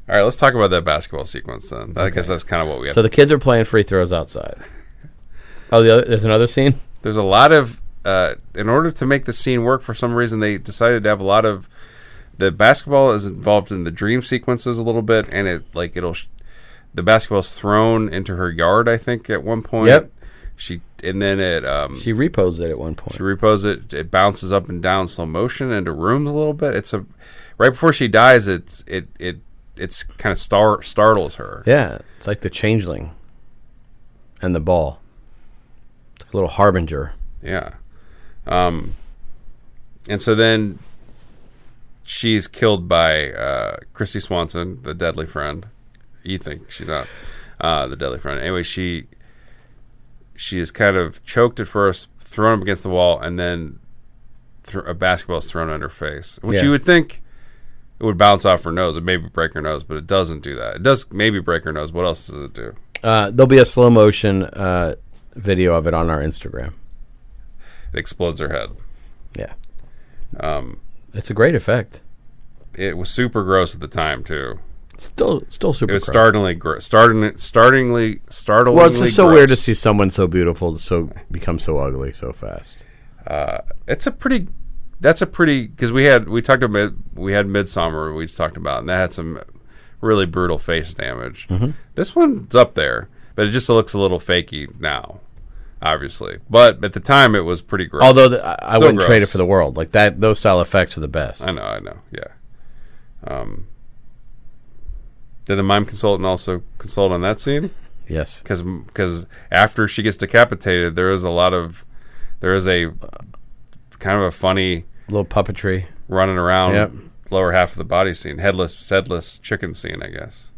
All right, let's talk about that basketball sequence then. I guess that's kind of what we have. So the kids are playing free throws outside. Oh, the other, there's another scene. there's a lot of uh, in order to make the scene work for some reason they decided to have a lot of the basketball is involved in the dream sequences a little bit and it like it'll sh- the basketball's thrown into her yard i think at one point Yep. she and then it um she, She reposed it at one point. repos it it bounces up and down slow motion into rooms a little bit it's a right before she dies it's it it it's kind of star startles her Yeah, it's like the changeling and the ball. It's like a little harbinger. Yeah. Um, and so then she's killed by uh, Christy Swanson, the deadly friend. You think she's not uh, the deadly friend. Anyway, she she is kind of choked at first, thrown up against the wall, and then thr a basketball is thrown at her face, which Yeah. you would think it would bounce off her nose. It maybe break her nose, but it doesn't do that. It does maybe break her nose. What else does it do? Uh, there'll be a slow motion uh, video of it on our Instagram. It explodes her head. Yeah, um, Um, it's a great effect. It was super gross at the time too. Still, still super. It was gross. startlingly, gro- starting, startlingly, startlingly. Well, it's just so gross. weird to see someone so beautiful so become so ugly so fast. It's a pretty. That's a pretty because we had we talked about we had Midsummer we just talked about and that had some really brutal face damage. Mm-hmm. This one's up there, but it just looks a little fakey now, obviously. But at the time, it was pretty gross. Although the, I, I Still wouldn't trade it gross. for the world. Like that, those style effects are the best. I know, I know, yeah. Um, did the mime consultant also consult on that scene? Yes, because because after she gets decapitated, there is a lot of there is a kind of a funny little puppetry. running around Yep. lower half of the body scene, headless headless chicken scene, I guess.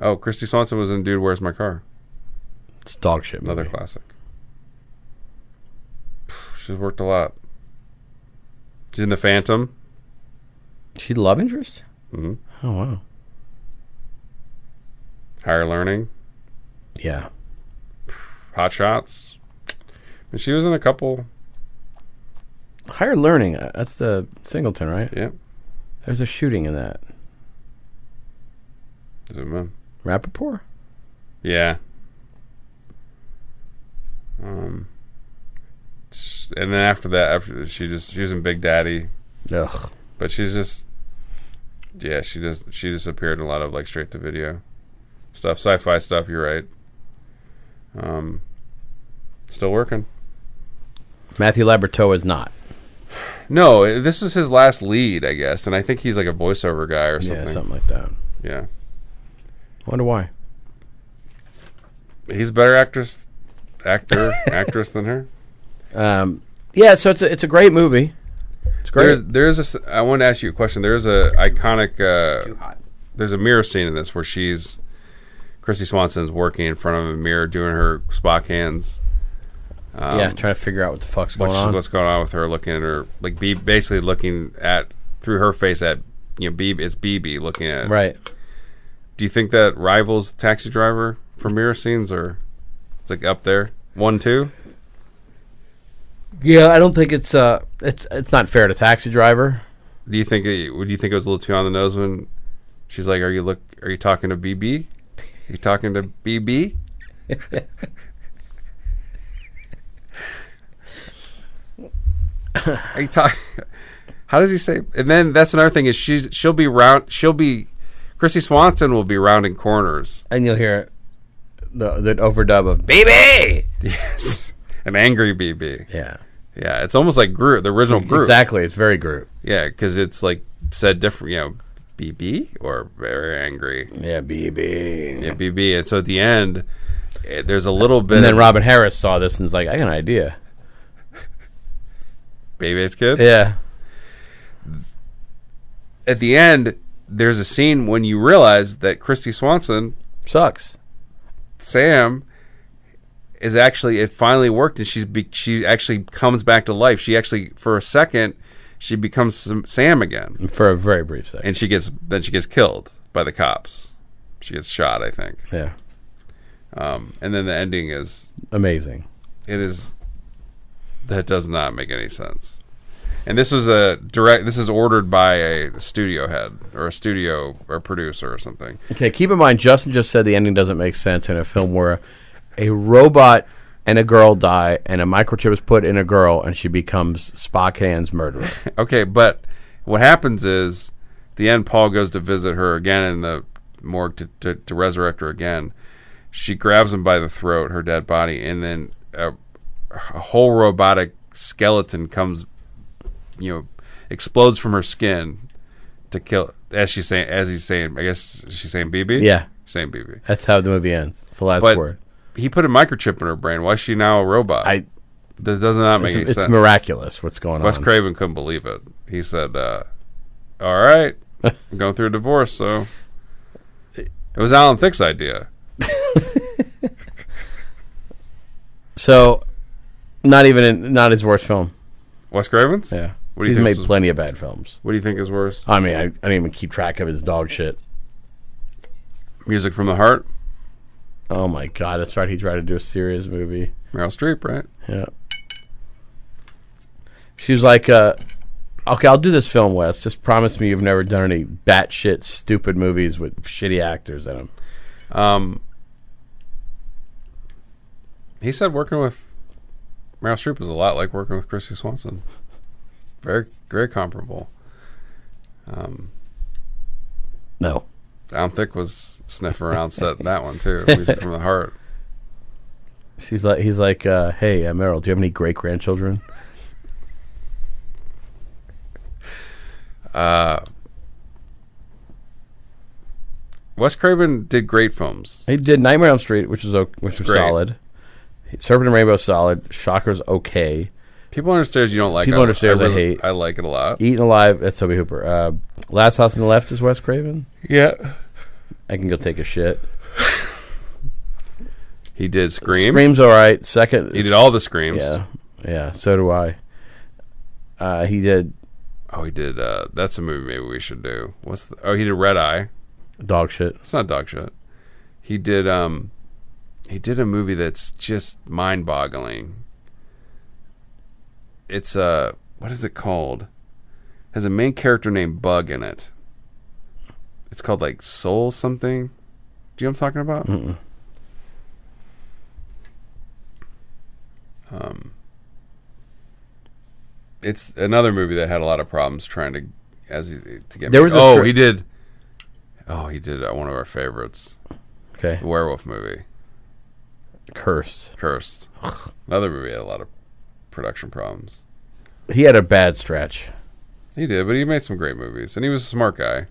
Um. Oh, Christy Swanson was in Dude, Where's My Car? It's dog shit. Movie. Another classic. She's worked a lot. She's in The Phantom. She love interest. Mhm. Oh wow. Higher Learning. Yeah. Hot Shots. And she was in a couple. Higher learning. uh, That's the Singleton, right? Yeah. There's a shooting in that. Zoom in. Rappaport? Yeah. Um. s- And then after that, after she just she was in Big Daddy, Ugh. but she's just, yeah, she just she just appeared in a lot of like straight to video stuff, sci-fi stuff. You're right. Um. Still working. Matthew Labrato is not. No, i- this is his last lead, I guess, and I think he's like a voiceover guy or something. Yeah, something like that. yeah. Wonder why. he's a better actress, actor, actress than her. Um, yeah, so it's a, it's a great movie. It's great. There's, there's a. s- I want to ask you a question. There's a iconic. Uh, there's a mirror scene in this where she's, Christy Swanson's working in front of a mirror doing her Spock hands. yeah, trying to figure out Um, what the fuck's going What's on. what's going on with her? Looking at her, like be basically looking at through her face at you know, BB. It's BB looking at. right. Do you think that rivals Taxi Driver for mirror scenes or, it's like up there one two? Yeah, I don't think it's uh it's it's not fair to Taxi Driver. Do you think it, would you think it was a little too on the nose when she's like, "Are you look? Are you talking to BB? Are you talking to BB?" are you talking? How does he say? And then that's another thing is she's she'll be round she'll be Christy Swanson will be rounding corners And you'll hear the, the overdub of "Baby." Yes. An angry BB. Yeah, Yeah, it's almost like Groot, the original Groot. exactly. It's very Groot. Yeah, because it's like said different, you know, BB or very angry. Yeah, BB. Yeah, BB. And so at the end, eh, there's a little bit And then of Robin Harris saw this and and's like, "I got an idea." Baby's kids. Yeah, At the end, there's a scene when you realize that Christy Swanson, sucks. Sam, is actually it finally worked, and she's be, she actually comes back to life. She actually for a second she becomes Sam- Sam again, For a very brief second. and she gets then she gets killed by the cops. She gets shot, I think. Yeah, Um, and then the ending is amazing. it is that does not make any sense. And this was a direct. This is ordered by a studio head or a studio or producer or something. Okay, keep in mind, Justin just said the ending doesn't make sense in a film where a robot and a girl die, and a microchip is put in a girl, and she becomes Spock Hand's murderer. Okay, but what happens is at the end. Paul goes to visit her again in the morgue to, to, to resurrect her again. She grabs him by the throat, her dead body, and then a, a whole robotic skeleton comes, you know, explodes from her skin to kill. As she's saying, as he's saying, I guess she's saying BB. yeah, Same BB. that's how the movie ends. It's the last But- word. He put a microchip in her brain. Why is she now a robot? I. that does not make It's, any it's sense. miraculous what's going Wes on. Craven couldn't believe it. He said, uh, "All right, I'm going through a divorce." So it was Alan Thicke's idea. So, not even in, not his worst film. Wes Craven's. Yeah, What do you he's think made was- plenty of bad films. What do you think is worse? I mean, I, I didn't even keep track of his dog shit. Music from the Heart. Oh my god, that's right. He tried to do a serious movie. Meryl Streep, right? Yeah. She was like, uh, okay, I'll do this film, Wes. Just promise me you've never done any batshit stupid movies with shitty actors in them. Um, he said working with Meryl Streep is a lot like working with Christy Swanson. Very, very comparable. No. Alan Thicke was sniffing around set that one too. Music from the Heart. She's like, he's like, uh, hey, uh, Meryl, do you have any great grandchildren? Wes Craven did great films. He did Nightmare on Elm Street, which was o- which was Great. solid. Serpent and Rainbow, solid. Shocker's okay. People understand you don't like. People I- Understairs I really- hate. I like it a lot. Eaten Alive, that's Toby Hooper. Uh, Last House on the Left is Wes Craven. Yeah, I can go take a shit. he did Scream. Scream's all right. Second, He did all the screams. yeah, yeah. So do I. Uh, he did Oh, he did. Uh, that's a movie maybe we should do. What's the, oh he did Red Eye. dog shit. It's not dog shit. He did um, he did a movie that's just mind boggling. It's uh, what is it called? has a main character named Bug in it. It's called like Soul something. Do you know what I'm talking about? Um, Um, it's another movie that had a lot of problems trying to as he, to get. There made. was a oh str- he did. Oh, he did uh, one of our favorites, Okay, the werewolf movie, cursed. Cursed. another movie had a lot of production problems. He had a bad stretch. He did, but he made some great movies, and he was a smart guy.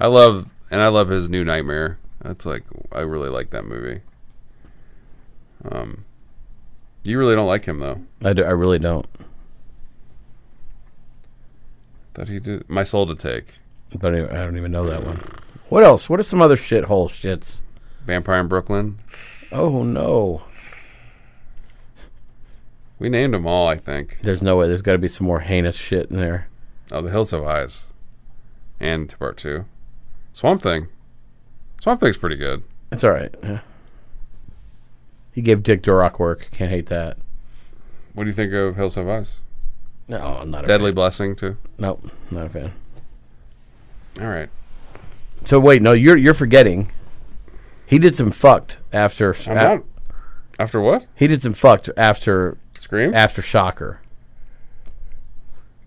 I love, and I love his new Nightmare. That's like I really like that movie. Um, you really don't like him though. I, do- I really don't. That he did My Soul to Take, But anyway, I don't even know that one. What else? What are some other shithole shits? Vampire in Brooklyn. Oh no, We named them all, I think. there's no way. There's got to be some more heinous shit in there. Oh, The Hills Have Eyes, and Part Two, Swamp Thing. Swamp Thing's pretty good. It's all right. Yeah. He gave Dick Durock work. Can't hate that. What do you think of Hills Have Eyes? No, I'm not a Deadly Fan. Blessing too. Nope, not a fan. All right. So wait, no, you're you're forgetting. He did some fucked after. I'm a- not. After what? He did some fucked after Scream. after Shocker.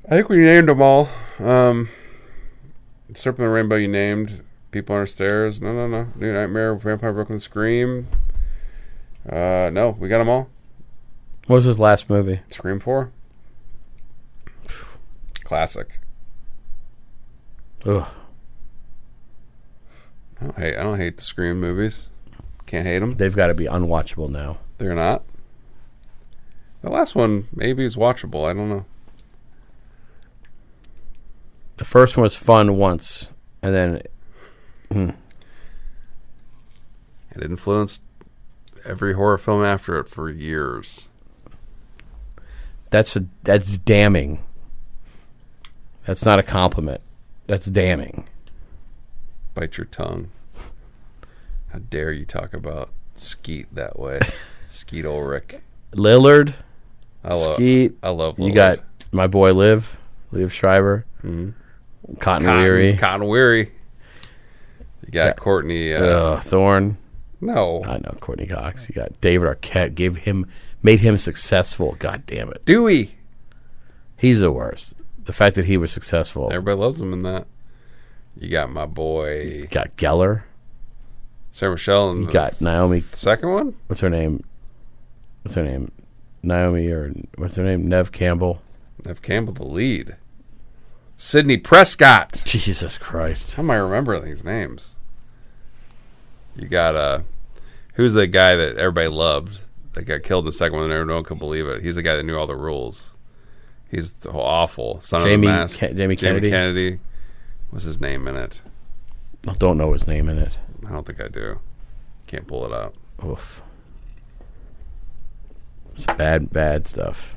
I think we named them all. Um, Serpent and the Rainbow, you named. People on Our Stairs. No, no, no. New Nightmare, Vampire Brooklyn Scream. Uh, no, we got them all. What was his last movie? Scream Four. Classic. Ugh. I don't hate. I don't hate the Scream movies. Can't hate them. They've got to be unwatchable now. They're not. The last one maybe is watchable. I don't know. The first one was fun once, and then It influenced every horror film after it for years. that's a, that's damning. That's not a compliment. That's damning. Bite your tongue. How dare you talk about Skeet that way? Skeet Ulrich. Lillard, I love. Skeet. I love. You Lillard. got my boy Liv, Liv Schreiber, Cotton, Cotton, Weary, Cotton Weary. You got Courtney. Uh, uh, Thorne. no. I know Courtney Cox. You got David Arquette. Gave him, made him successful. God damn it, Dewey. he's the worst. The fact that he was successful. Everybody loves him in that. You got my boy Got Geller. Sarah Michelle in You the got Naomi. second one. What's her name? What's her name? Naomi or what's her name? Nev Campbell. Nev Campbell the lead. Sydney Prescott. Jesus Christ. How am I remembering these names? You got uh who's the guy that everybody loved that got killed in the second one and everyone could believe it? He's the guy that knew all the rules. He's awful. Son Jamie of the mask. Ke- Jamie Kennedy? Kennedy. What's his name in it? I don't know his name in it. I don't think I do. Can't pull it out. Oof. It's bad, bad stuff.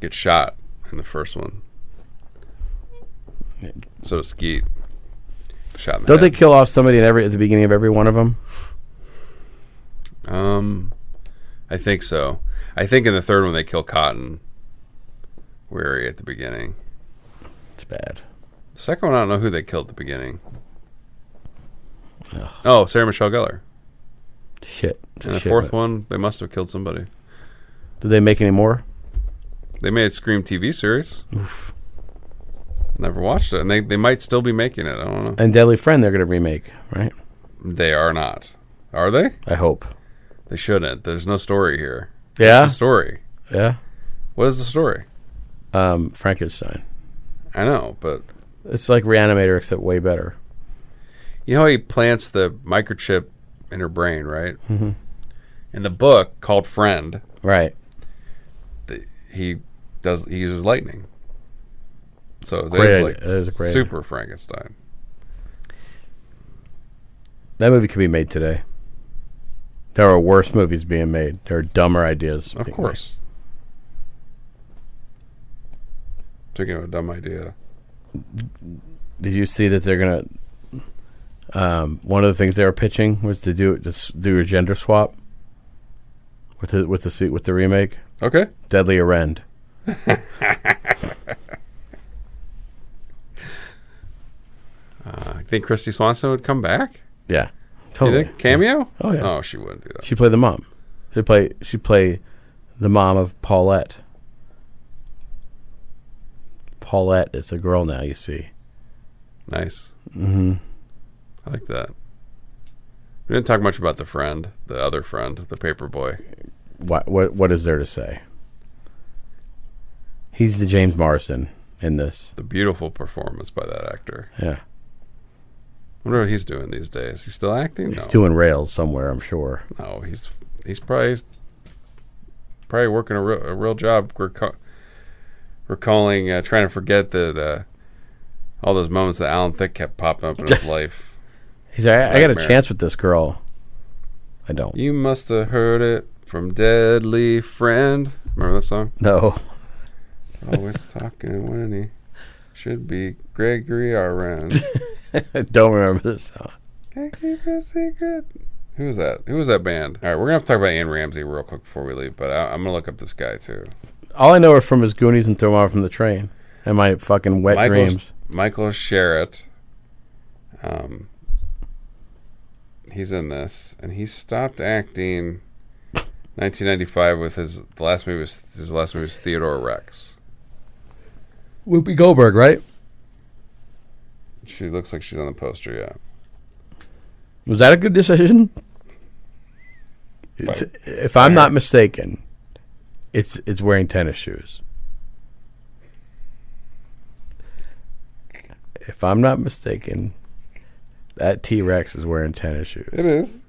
Get shot in the first one. So does Skeet. Shot in the Don't they head. kill off somebody at every at the beginning of every one of them? Um, I think so. I think in the third one they kill Cotton Weary at the beginning. It's bad. The second one, I don't know who they killed at the beginning. Oh, Sarah Michelle Gellar. Shit. It's a And the shit fourth mo- one, they must have killed somebody. Did they make any more? They made a Scream TV series. Never watched it, and they, they might still be making it. I don't know. And Deadly Friend, they're gonna remake, right? They are not, are they? I hope. They shouldn't. There's no story here. Yeah. The story. Yeah. What is the story? Um, Frankenstein. I know, but It's like Reanimator, except way better. You know how he plants the microchip in her brain, right? Mm-hmm. In the book called Friend, Right. he does he uses lightning. So there's Great idea. like That is a great super Frankenstein. That movie could be made today. There are worse movies being made. There are dumber ideas. Of being course. Speaking of a dumb idea. made. Did you see that they're gonna? Um, one of the things they were pitching was to do just do a gender swap with the with the se- with the remake. Okay. Deadly Arend. I think Christy Swanson would come back. Yeah, You totally. think? Cameo? Oh, yeah. Oh, she wouldn't do that. She played the mom. She play she play the mom of Paulette. Paulette is a girl now. You see. Nice. Mm-hmm. I like that. We didn't talk much about the friend, the other friend, the paper boy. what what what is there to say? He's the James Morrison in this. The beautiful performance by that actor. Yeah. wonder what he's doing these days. He's still acting? No. He's doing rails somewhere, I'm sure. no, he's he's probably probably working a real, a real job. Reca- recalling, uh, trying to forget that uh, all those moments that Alan Thicke kept popping up in his life. He's like, I, I got a Nightmare. chance with this girl. I don't. You must have heard it from Deadly Friend. Remember that song? No. Always talking when he should be Gregory Arend. I don't remember this song. Can't keep a secret. Who was that? Who was that band? All right, we're gonna have to talk about Ann Ramsey real quick before we leave, but I, I'm gonna look up this guy too. All I know are from his Goonies and Throw Off from the Train. And my fucking wet Michael, dreams. Michael Sherritt. Um, he's in this, and he stopped acting 1995 with his the last movie was his last movie was Theodore Rex. Whoopi Goldberg, right? She looks like she's on the poster, yeah. Was that a good decision? It's, if I'm not mistaken, it's it's wearing tennis shoes. If I'm not mistaken, that T Rex is wearing tennis It shoes. is.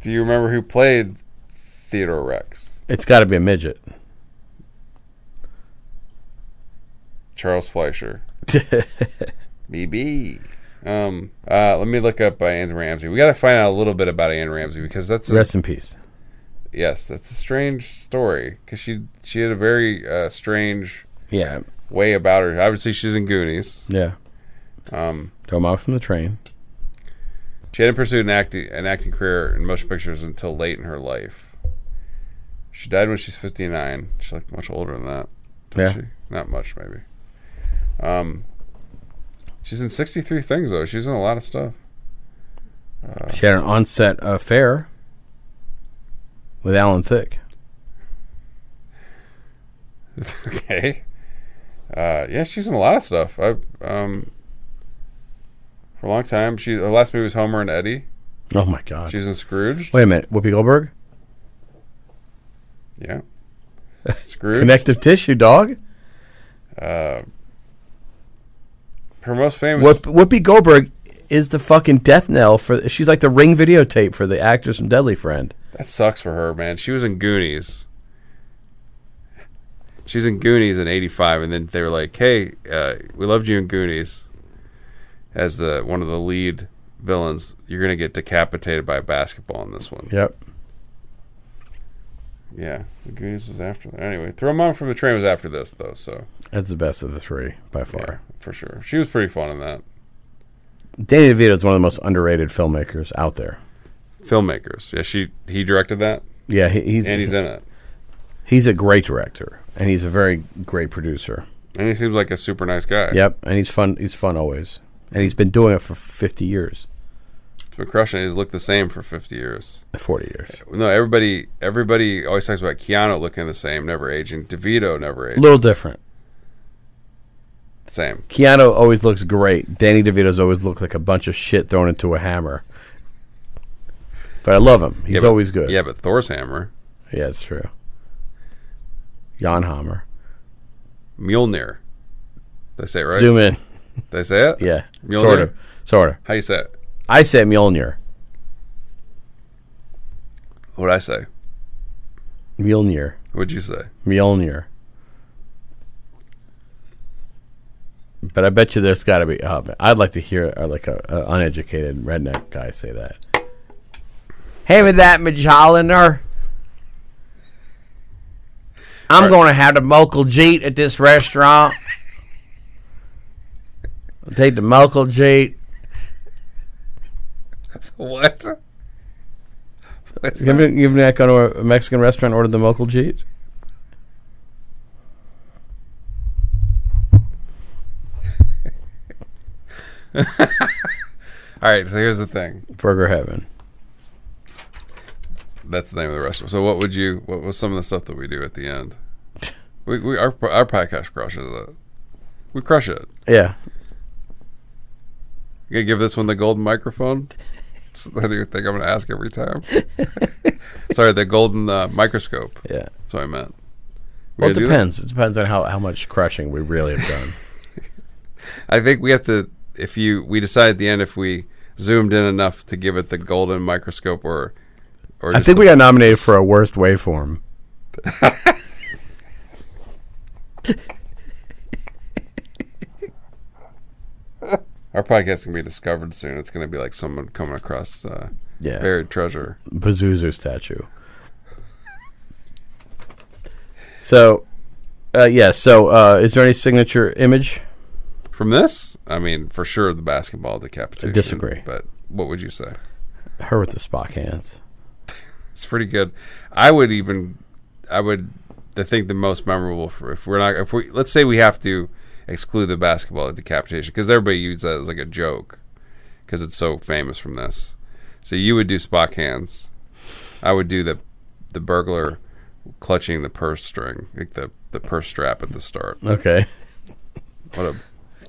Do you remember who played Theodore Rex? It's got to be a midget. Charles Fleischer. BB. Um, uh, let me look up uh, Anne Ramsey. We got to find out a little bit about Anne Ramsey because that's a, Rest in peace. yes, that's a strange story because she she had a very uh, strange Yeah, way about her. Obviously, she's in Goonies. yeah. Um, Throw him off from the train. She hadn't pursued an acting an acting career in motion pictures until late in her life. She died when she's fifty nine. She's like much older than that. Yeah. She? Not much, maybe. Um, she's in sixty three things though. She's in a lot of stuff. She had an onset affair with Alan Thicke. okay. Uh, yeah, she's in a lot of stuff. I um, for a long time. She her last movie was Homer and Eddie. Oh my God! She's in Scrooge. Wait a minute, Whoopi Goldberg. Yeah. Scrooge. Connective tissue, dog. Her most famous. Whoop, Whoopi Goldberg is the fucking death knell for. She's like the ring videotape for the actors from Deadly Friend. That sucks for her, man. She was in Goonies. She was in Goonies in '85, and then they were like, "Hey, uh, we loved you in Goonies as the one of the lead villains. You're gonna get decapitated by a basketball in this one." Yep. Yeah, the Goonies was after that. Anyway, Throw Mom from the Train was after this though, so That's the best of the three by yeah, far. for sure. She was pretty fun in that. Danny DeVito is one of the most underrated filmmakers out there. Filmmakers, yeah, she he directed that, Yeah, he, he's and he's he's, in it, a great director and he's a very great producer. and he seems like a super nice guy. Yep, and he's fun. He's fun always, and he's been doing it for fifty years, He's been crushing. it. He's looked the same for 50 years. forty years. No, everybody everybody always talks about Keanu looking the same, never aging. DeVito never A aged. little different. Same. Keanu always looks great. Danny DeVito's always looked like a bunch of shit thrown into a hammer. But I love him. He's but- always good. Yeah, but Thor's hammer, Yeah, it's true. Jan Hammer. Mjolnir. Did I say it right? Zoom in. Did I say it? Yeah. Mjolnir? Sort of. Sort of. How you say it? I say Mjolnir. What'd I say? Mjolnir. What'd you say? Mjolnir. But I bet you there's got to be. Uh, I'd like to hear uh, like a, a uneducated redneck guy say that. Hey, with that Mjolnir, I'm going to have the Mokel Jeet at this restaurant. I'll take the Mokel Jeet. What? You ever, you ever not gone to a Mexican restaurant and ordered the Mokel Jeet? All right, so here's the thing. Burger Heaven. That's the name of the restaurant. So what would you what was some of the stuff that we do at the end? We, we our our podcast crushes it. We crush it. Yeah. You gonna give this one the golden microphone? So what do you think I'm gonna ask every time? Sorry, the golden uh, microscope. Yeah. That's what I meant. We Well, it gonna do depends. It depends on how, how much crushing we really have done. that? I think we have to. If you, we decide at the end if we zoomed in enough to give it the golden microscope, or, or I just think we got nominated for a worst waveform. our podcast can be discovered soon. It's gonna be like someone coming across uh, Yeah. buried treasure. Pazuzu statue. So, uh, yeah. So, uh, is there any signature image? From this, I mean, for sure the basketball decapitation. disagree. But what would you say? Her with the Spock hands. It's pretty good. I would even, I would, I think the most memorable for if we're not if we let's say we have to exclude the basketball decapitation because everybody uses that as like a joke because it's so famous from this. So you would do Spock hands. I would do the the burglar clutching the purse string, like the the purse strap at the start. Okay. What a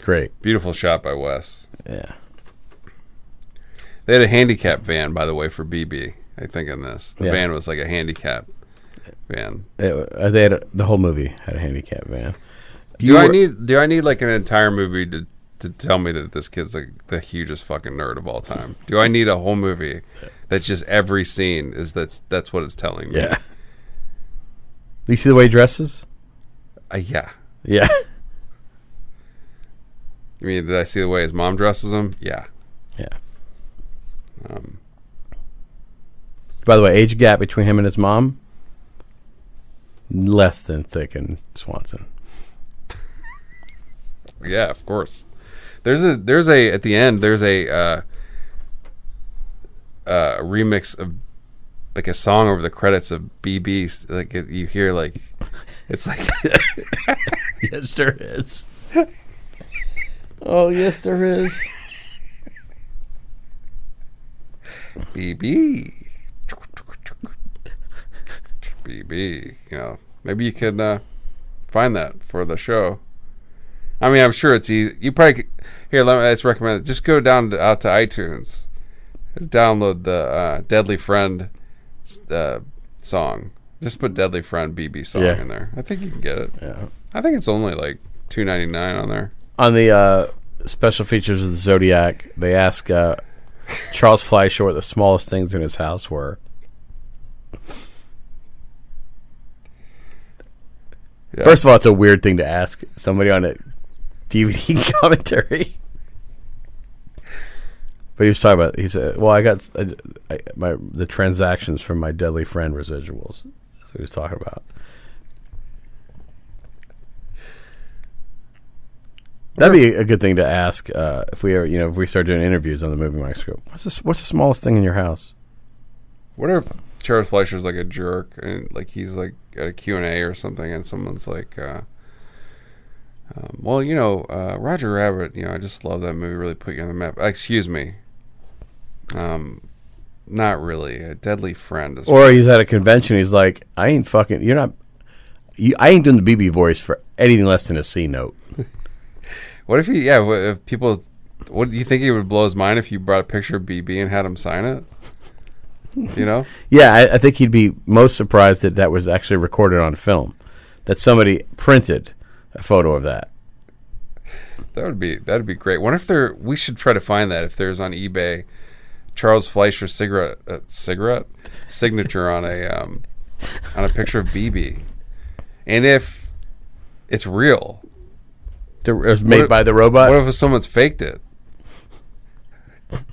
Great. beautiful shot by Wes. Yeah. They had a handicap van, by the way, for BB. I think in this, the Yeah. van was like a handicap van. It, uh, they had a, the whole movie had a handicap van. Do I need do I need like an entire movie to to tell me that this kid's like the hugest fucking nerd of all time? Do I need a whole movie that's just every scene is that's that's what it's telling me? Yeah. You see the way he dresses? Uh, yeah. Yeah. You mean did I see the way his mom dresses him? Yeah. Yeah. Um, By the way, age gap between him and his mom less than Thick and Swanson. yeah, of course. There's a there's a at the end there's a uh, uh, remix of like a song over the credits of BB. Like it, you hear like it's like Yes, there is. oh, yes, there is. BB. BB. You know, maybe you could uh, find that for the show. I mean, I'm sure it's easy. You probably could, here. Let me. It's recommended. Just go down to, out to iTunes, download the uh, Deadly Friend uh, song. Just put Deadly Friend BB song Yeah. in there. I think you can get it. Yeah. I think it's only like two ninety nine on there. On the uh, special features of the Zodiac, they ask uh, Charles Fleischer what the smallest things in his house were. Yeah. First of all, it's a weird thing to ask somebody on a DVD commentary. But he was talking about. He said, "Well, I got I, I, my the transactions from my deadly friend residuals." That's what he was talking about. That'd be a good thing to ask uh, if we ever, you know, if we start doing interviews on the movie microscope. What's this, What's the smallest thing in your house? What if Charles Fleischer's like a jerk and like he's like at a Q&A or something and someone's like uh um, well, you know, uh, Roger Rabbit, you know, I just love that movie. Really put you on the map. Uh, Excuse me. Um, not really. A deadly friend is. Or he's at a convention. He's like, "I ain't fucking. You're not. You, I ain't doing the BB voice for anything less than a C note." what if he? Yeah. What if people? What do you think he would blow his mind if you brought a picture of BB and had him sign it? You know, Yeah, I, I think he'd be most surprised that that was actually recorded on film, that somebody printed a photo of that. that would be that'd be great. Wonder if there? We should try to find that if there's on eBay. Charles Fleischer cigarette uh, cigarette signature on a um, on a picture of BB, and if it's real, It was made if- by the robot. what if someone's faked it?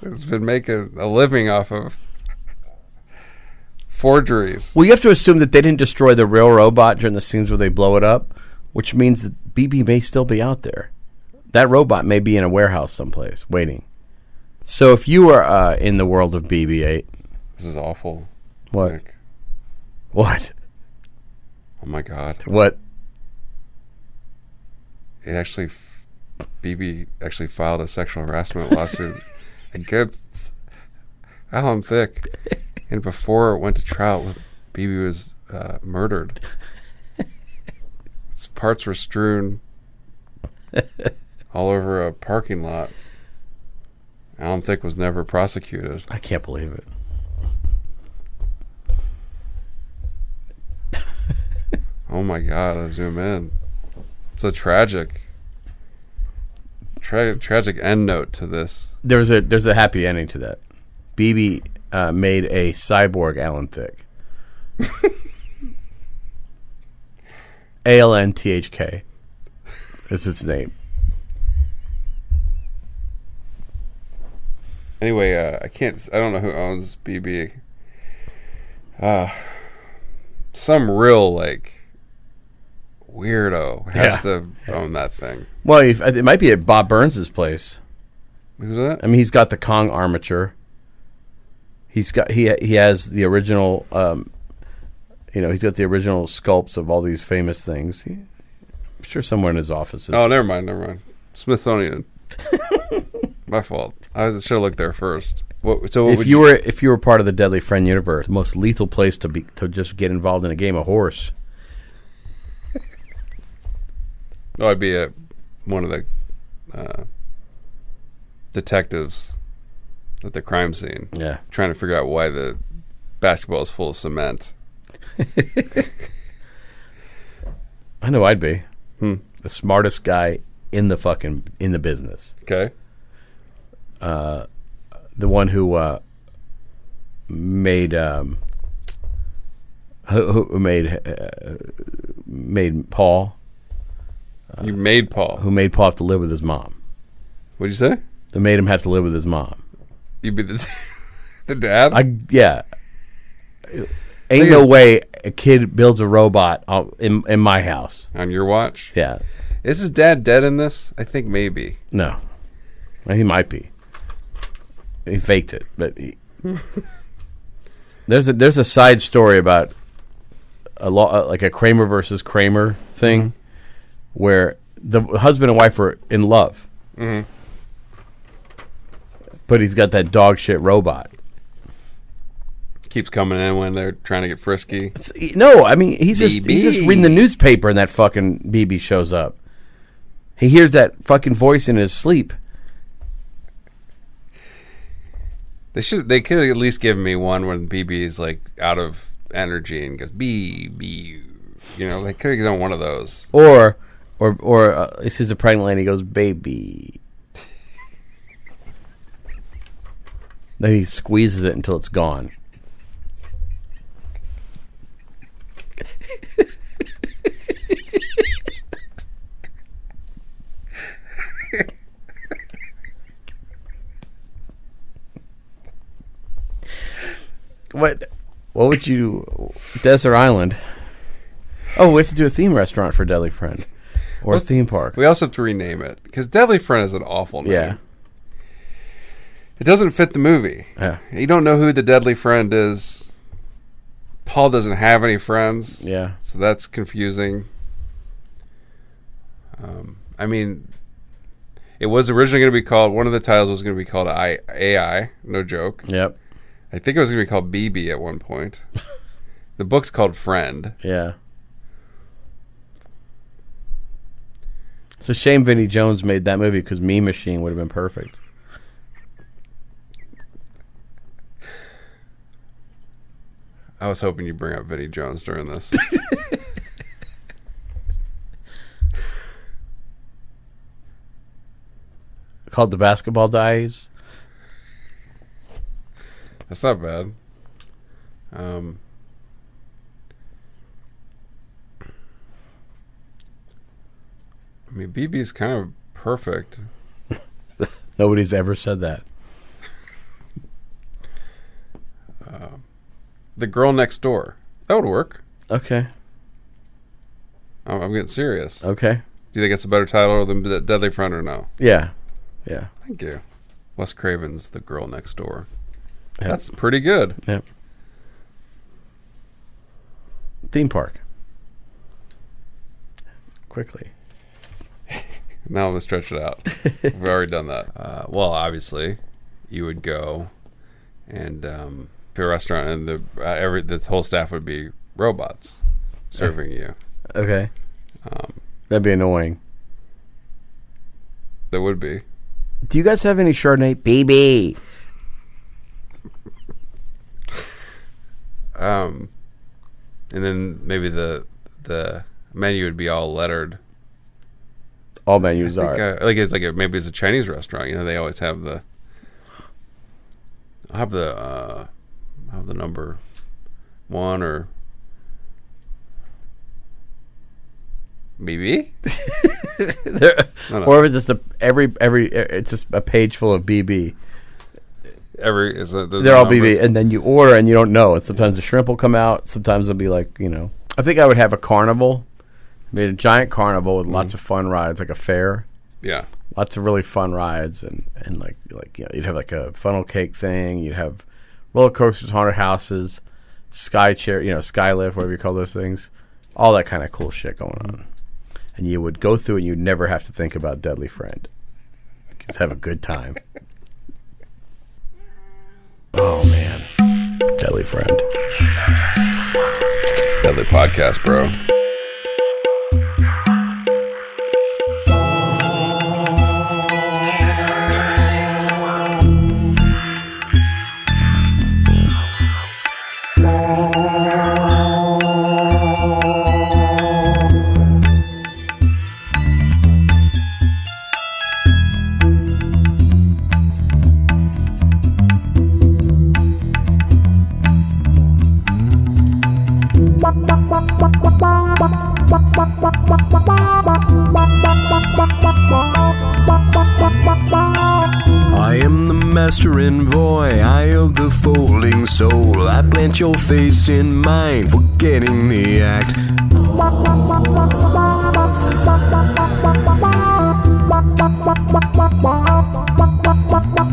It's been making a living off of forgeries. well, you have to assume that they didn't destroy the real robot during the scenes where they blow it up, which means that BB may still be out there. That robot may be in a warehouse someplace waiting. So if you are uh, in the world of BB-8, This is awful. what? Like, What? oh my god! What? It actually, f- BB actually filed a sexual harassment lawsuit against Alan Thick, and before it went to trial, BB was uh, murdered. Its parts were strewn all over a parking lot. Alan Thick was never prosecuted. I can't believe it. Oh my god! I zoom in. It's a tragic, tra- tragic end note to this. there's a there's a happy ending to that. BB uh, made a cyborg Alan Thick. A L N T H K is its name. Anyway, uh, I can't. s- I don't know who owns BB. Uh, some real like weirdo has Yeah. to own that thing. Well, if, it might be at Bob Burns's place. Who's that? I mean, he's got the Kong armature. He's got he he has the original. Um, you know, he's got the original sculpts of all these famous things. He, I'm sure somewhere in his office. Is, Oh, never mind. Never mind. Smithsonian. My fault. I should have looked there first. What, so what if would you were if you were part of the Deadly Friend universe, the most lethal place to be to just get involved in a game of horse. Oh, I'd be a, one of the uh, detectives at the crime scene, Yeah. trying to figure out why the basketball is full of cement. I know I'd be the smartest guy in the fucking in the business. Okay. The one who uh, made um, who, who made uh, made Paul You made Paul. who made Paul have to live with his mom. What'd you say? That made him have to live with his mom. You'd be the, the dad? I yeah. Ain't Thing no is- way a kid builds a robot out- in in my house. on your watch? Yeah, Is his dad dead in this? I think maybe. no, Well, he might be. He faked it, but he, there's a there's a side story about a law uh, like a Kramer versus Kramer thing, where the husband and wife are in love, but he's got that dog shit robot. Keeps coming in when they're trying to get frisky. It's- No, I mean he's just he's just BB. reading the newspaper and that fucking BB shows up. He hears that fucking voice in his sleep. They should. They could at least give me one when BB is like out of energy and goes B B. You know, they could have done one of those. Or or or uh, he sees a pregnant lady he goes baby. then he squeezes it until it's gone. What what would you Desert Island? Oh, we have to do a theme restaurant for Deadly Friend. Or a theme park. We also have to rename it because Deadly Friend is an awful name. Yeah. It doesn't fit the movie. Yeah. You don't know who the Deadly Friend is. Paul doesn't have any friends. Yeah. So that's confusing. Um, I mean, it was originally going to be called, one of the titles was going to be called I, AI, no joke. Yep. I think it was going to be called BB at one point. the book's called Friend. Yeah. It's a shame Vinnie Jones made that movie because Meme Machine would have been perfect. I was hoping you'd bring up Vinnie Jones during this. Called The Basketball Diaries. that's not bad. Um, I mean, BB's kind of perfect. Nobody's ever said that. The girl next door. That would work. Okay. I'm, I'm getting serious. Okay. Do you think it's a better title than De- Deadly Friend or no? Yeah. Yeah. Thank you. Wes Craven's The Girl Next Door. That's pretty good. Yep. Theme park. Quickly. Now I'm gonna stretch it out. We've already done that. Uh, well, obviously, you would go and um, to a restaurant, and the uh, every the whole staff would be robots serving you. Okay. That'd be annoying. There would be. Do you guys have any Chardonnay? BB. Um, and then maybe the the menu would be all lettered. All menus are. Like, uh, like it's like a, maybe it's a Chinese restaurant. You know, they always have the. I have the uh, I have the number one or BB. There- no. Or if it's just a every every e, it's just a page full of BB. Every is that They're all BB, and then you order and you don't know. And sometimes the shrimp will come out. Sometimes it'll be like you know. I think I would have a carnival, made a giant carnival with lots of fun rides, like a fair. Yeah, Lots of really fun rides, and and like like you know, you'd have like a funnel cake thing. You'd have roller coasters, haunted houses, sky chair, you know, sky lift, whatever you call those things. All that kind of cool shit going on. And you would go through, and you'd never have to think about Deadly Friend. Just have a good time. Oh man, Deadly Friend. deadly podcast, bro. I am the master envoy, I of the folding soul. I plant your face in mine, forgetting the act.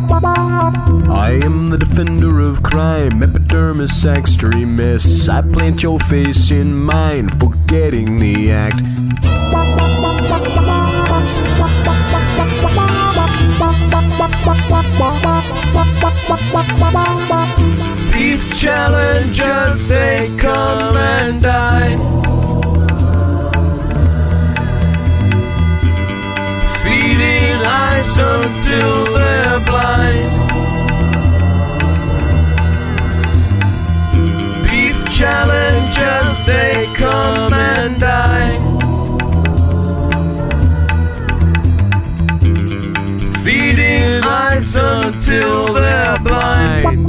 I am the defender of crime, epidermis extremis. I plant your face in mine, forgetting the act. Beef challengers, they come and die. Feeding eyes until they're blind. Beef challengers, they come and die. feeding eyes until they're blind.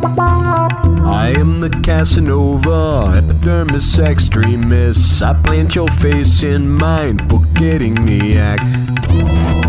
I am the Casanova, epidermis extremis. I plant your face in mine, forgetting the act.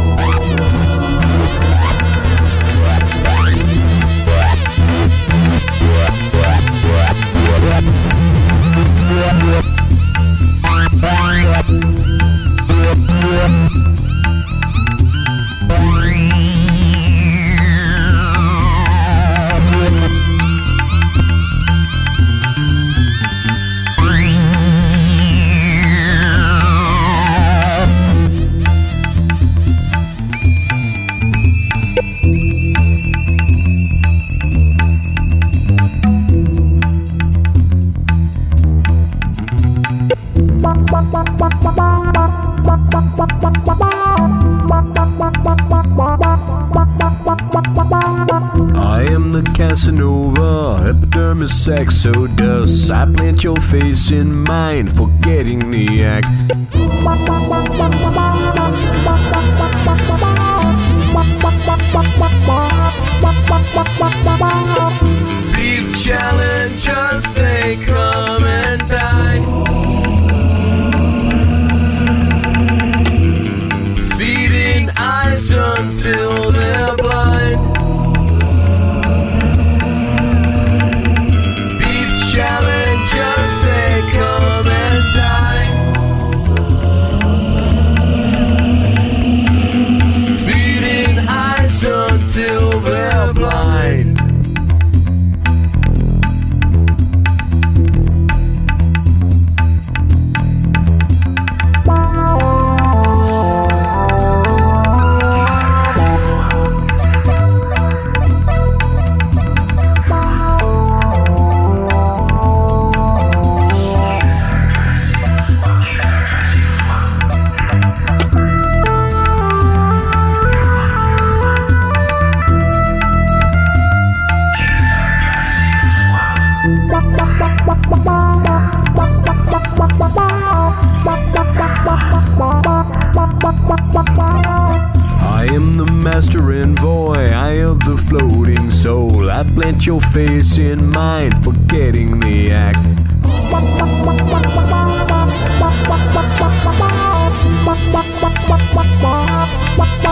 I am the Casanova, epidermis exodus. I plant your face in mine, forgetting the act. Beef challengers, they come and die. Feeding eyes until they're blind. Beef challengers, they come and die. Feeding eyes until they're blind. I am the master envoy, I of the floating soul. I plant your face in mine, forgetting the act. Oh.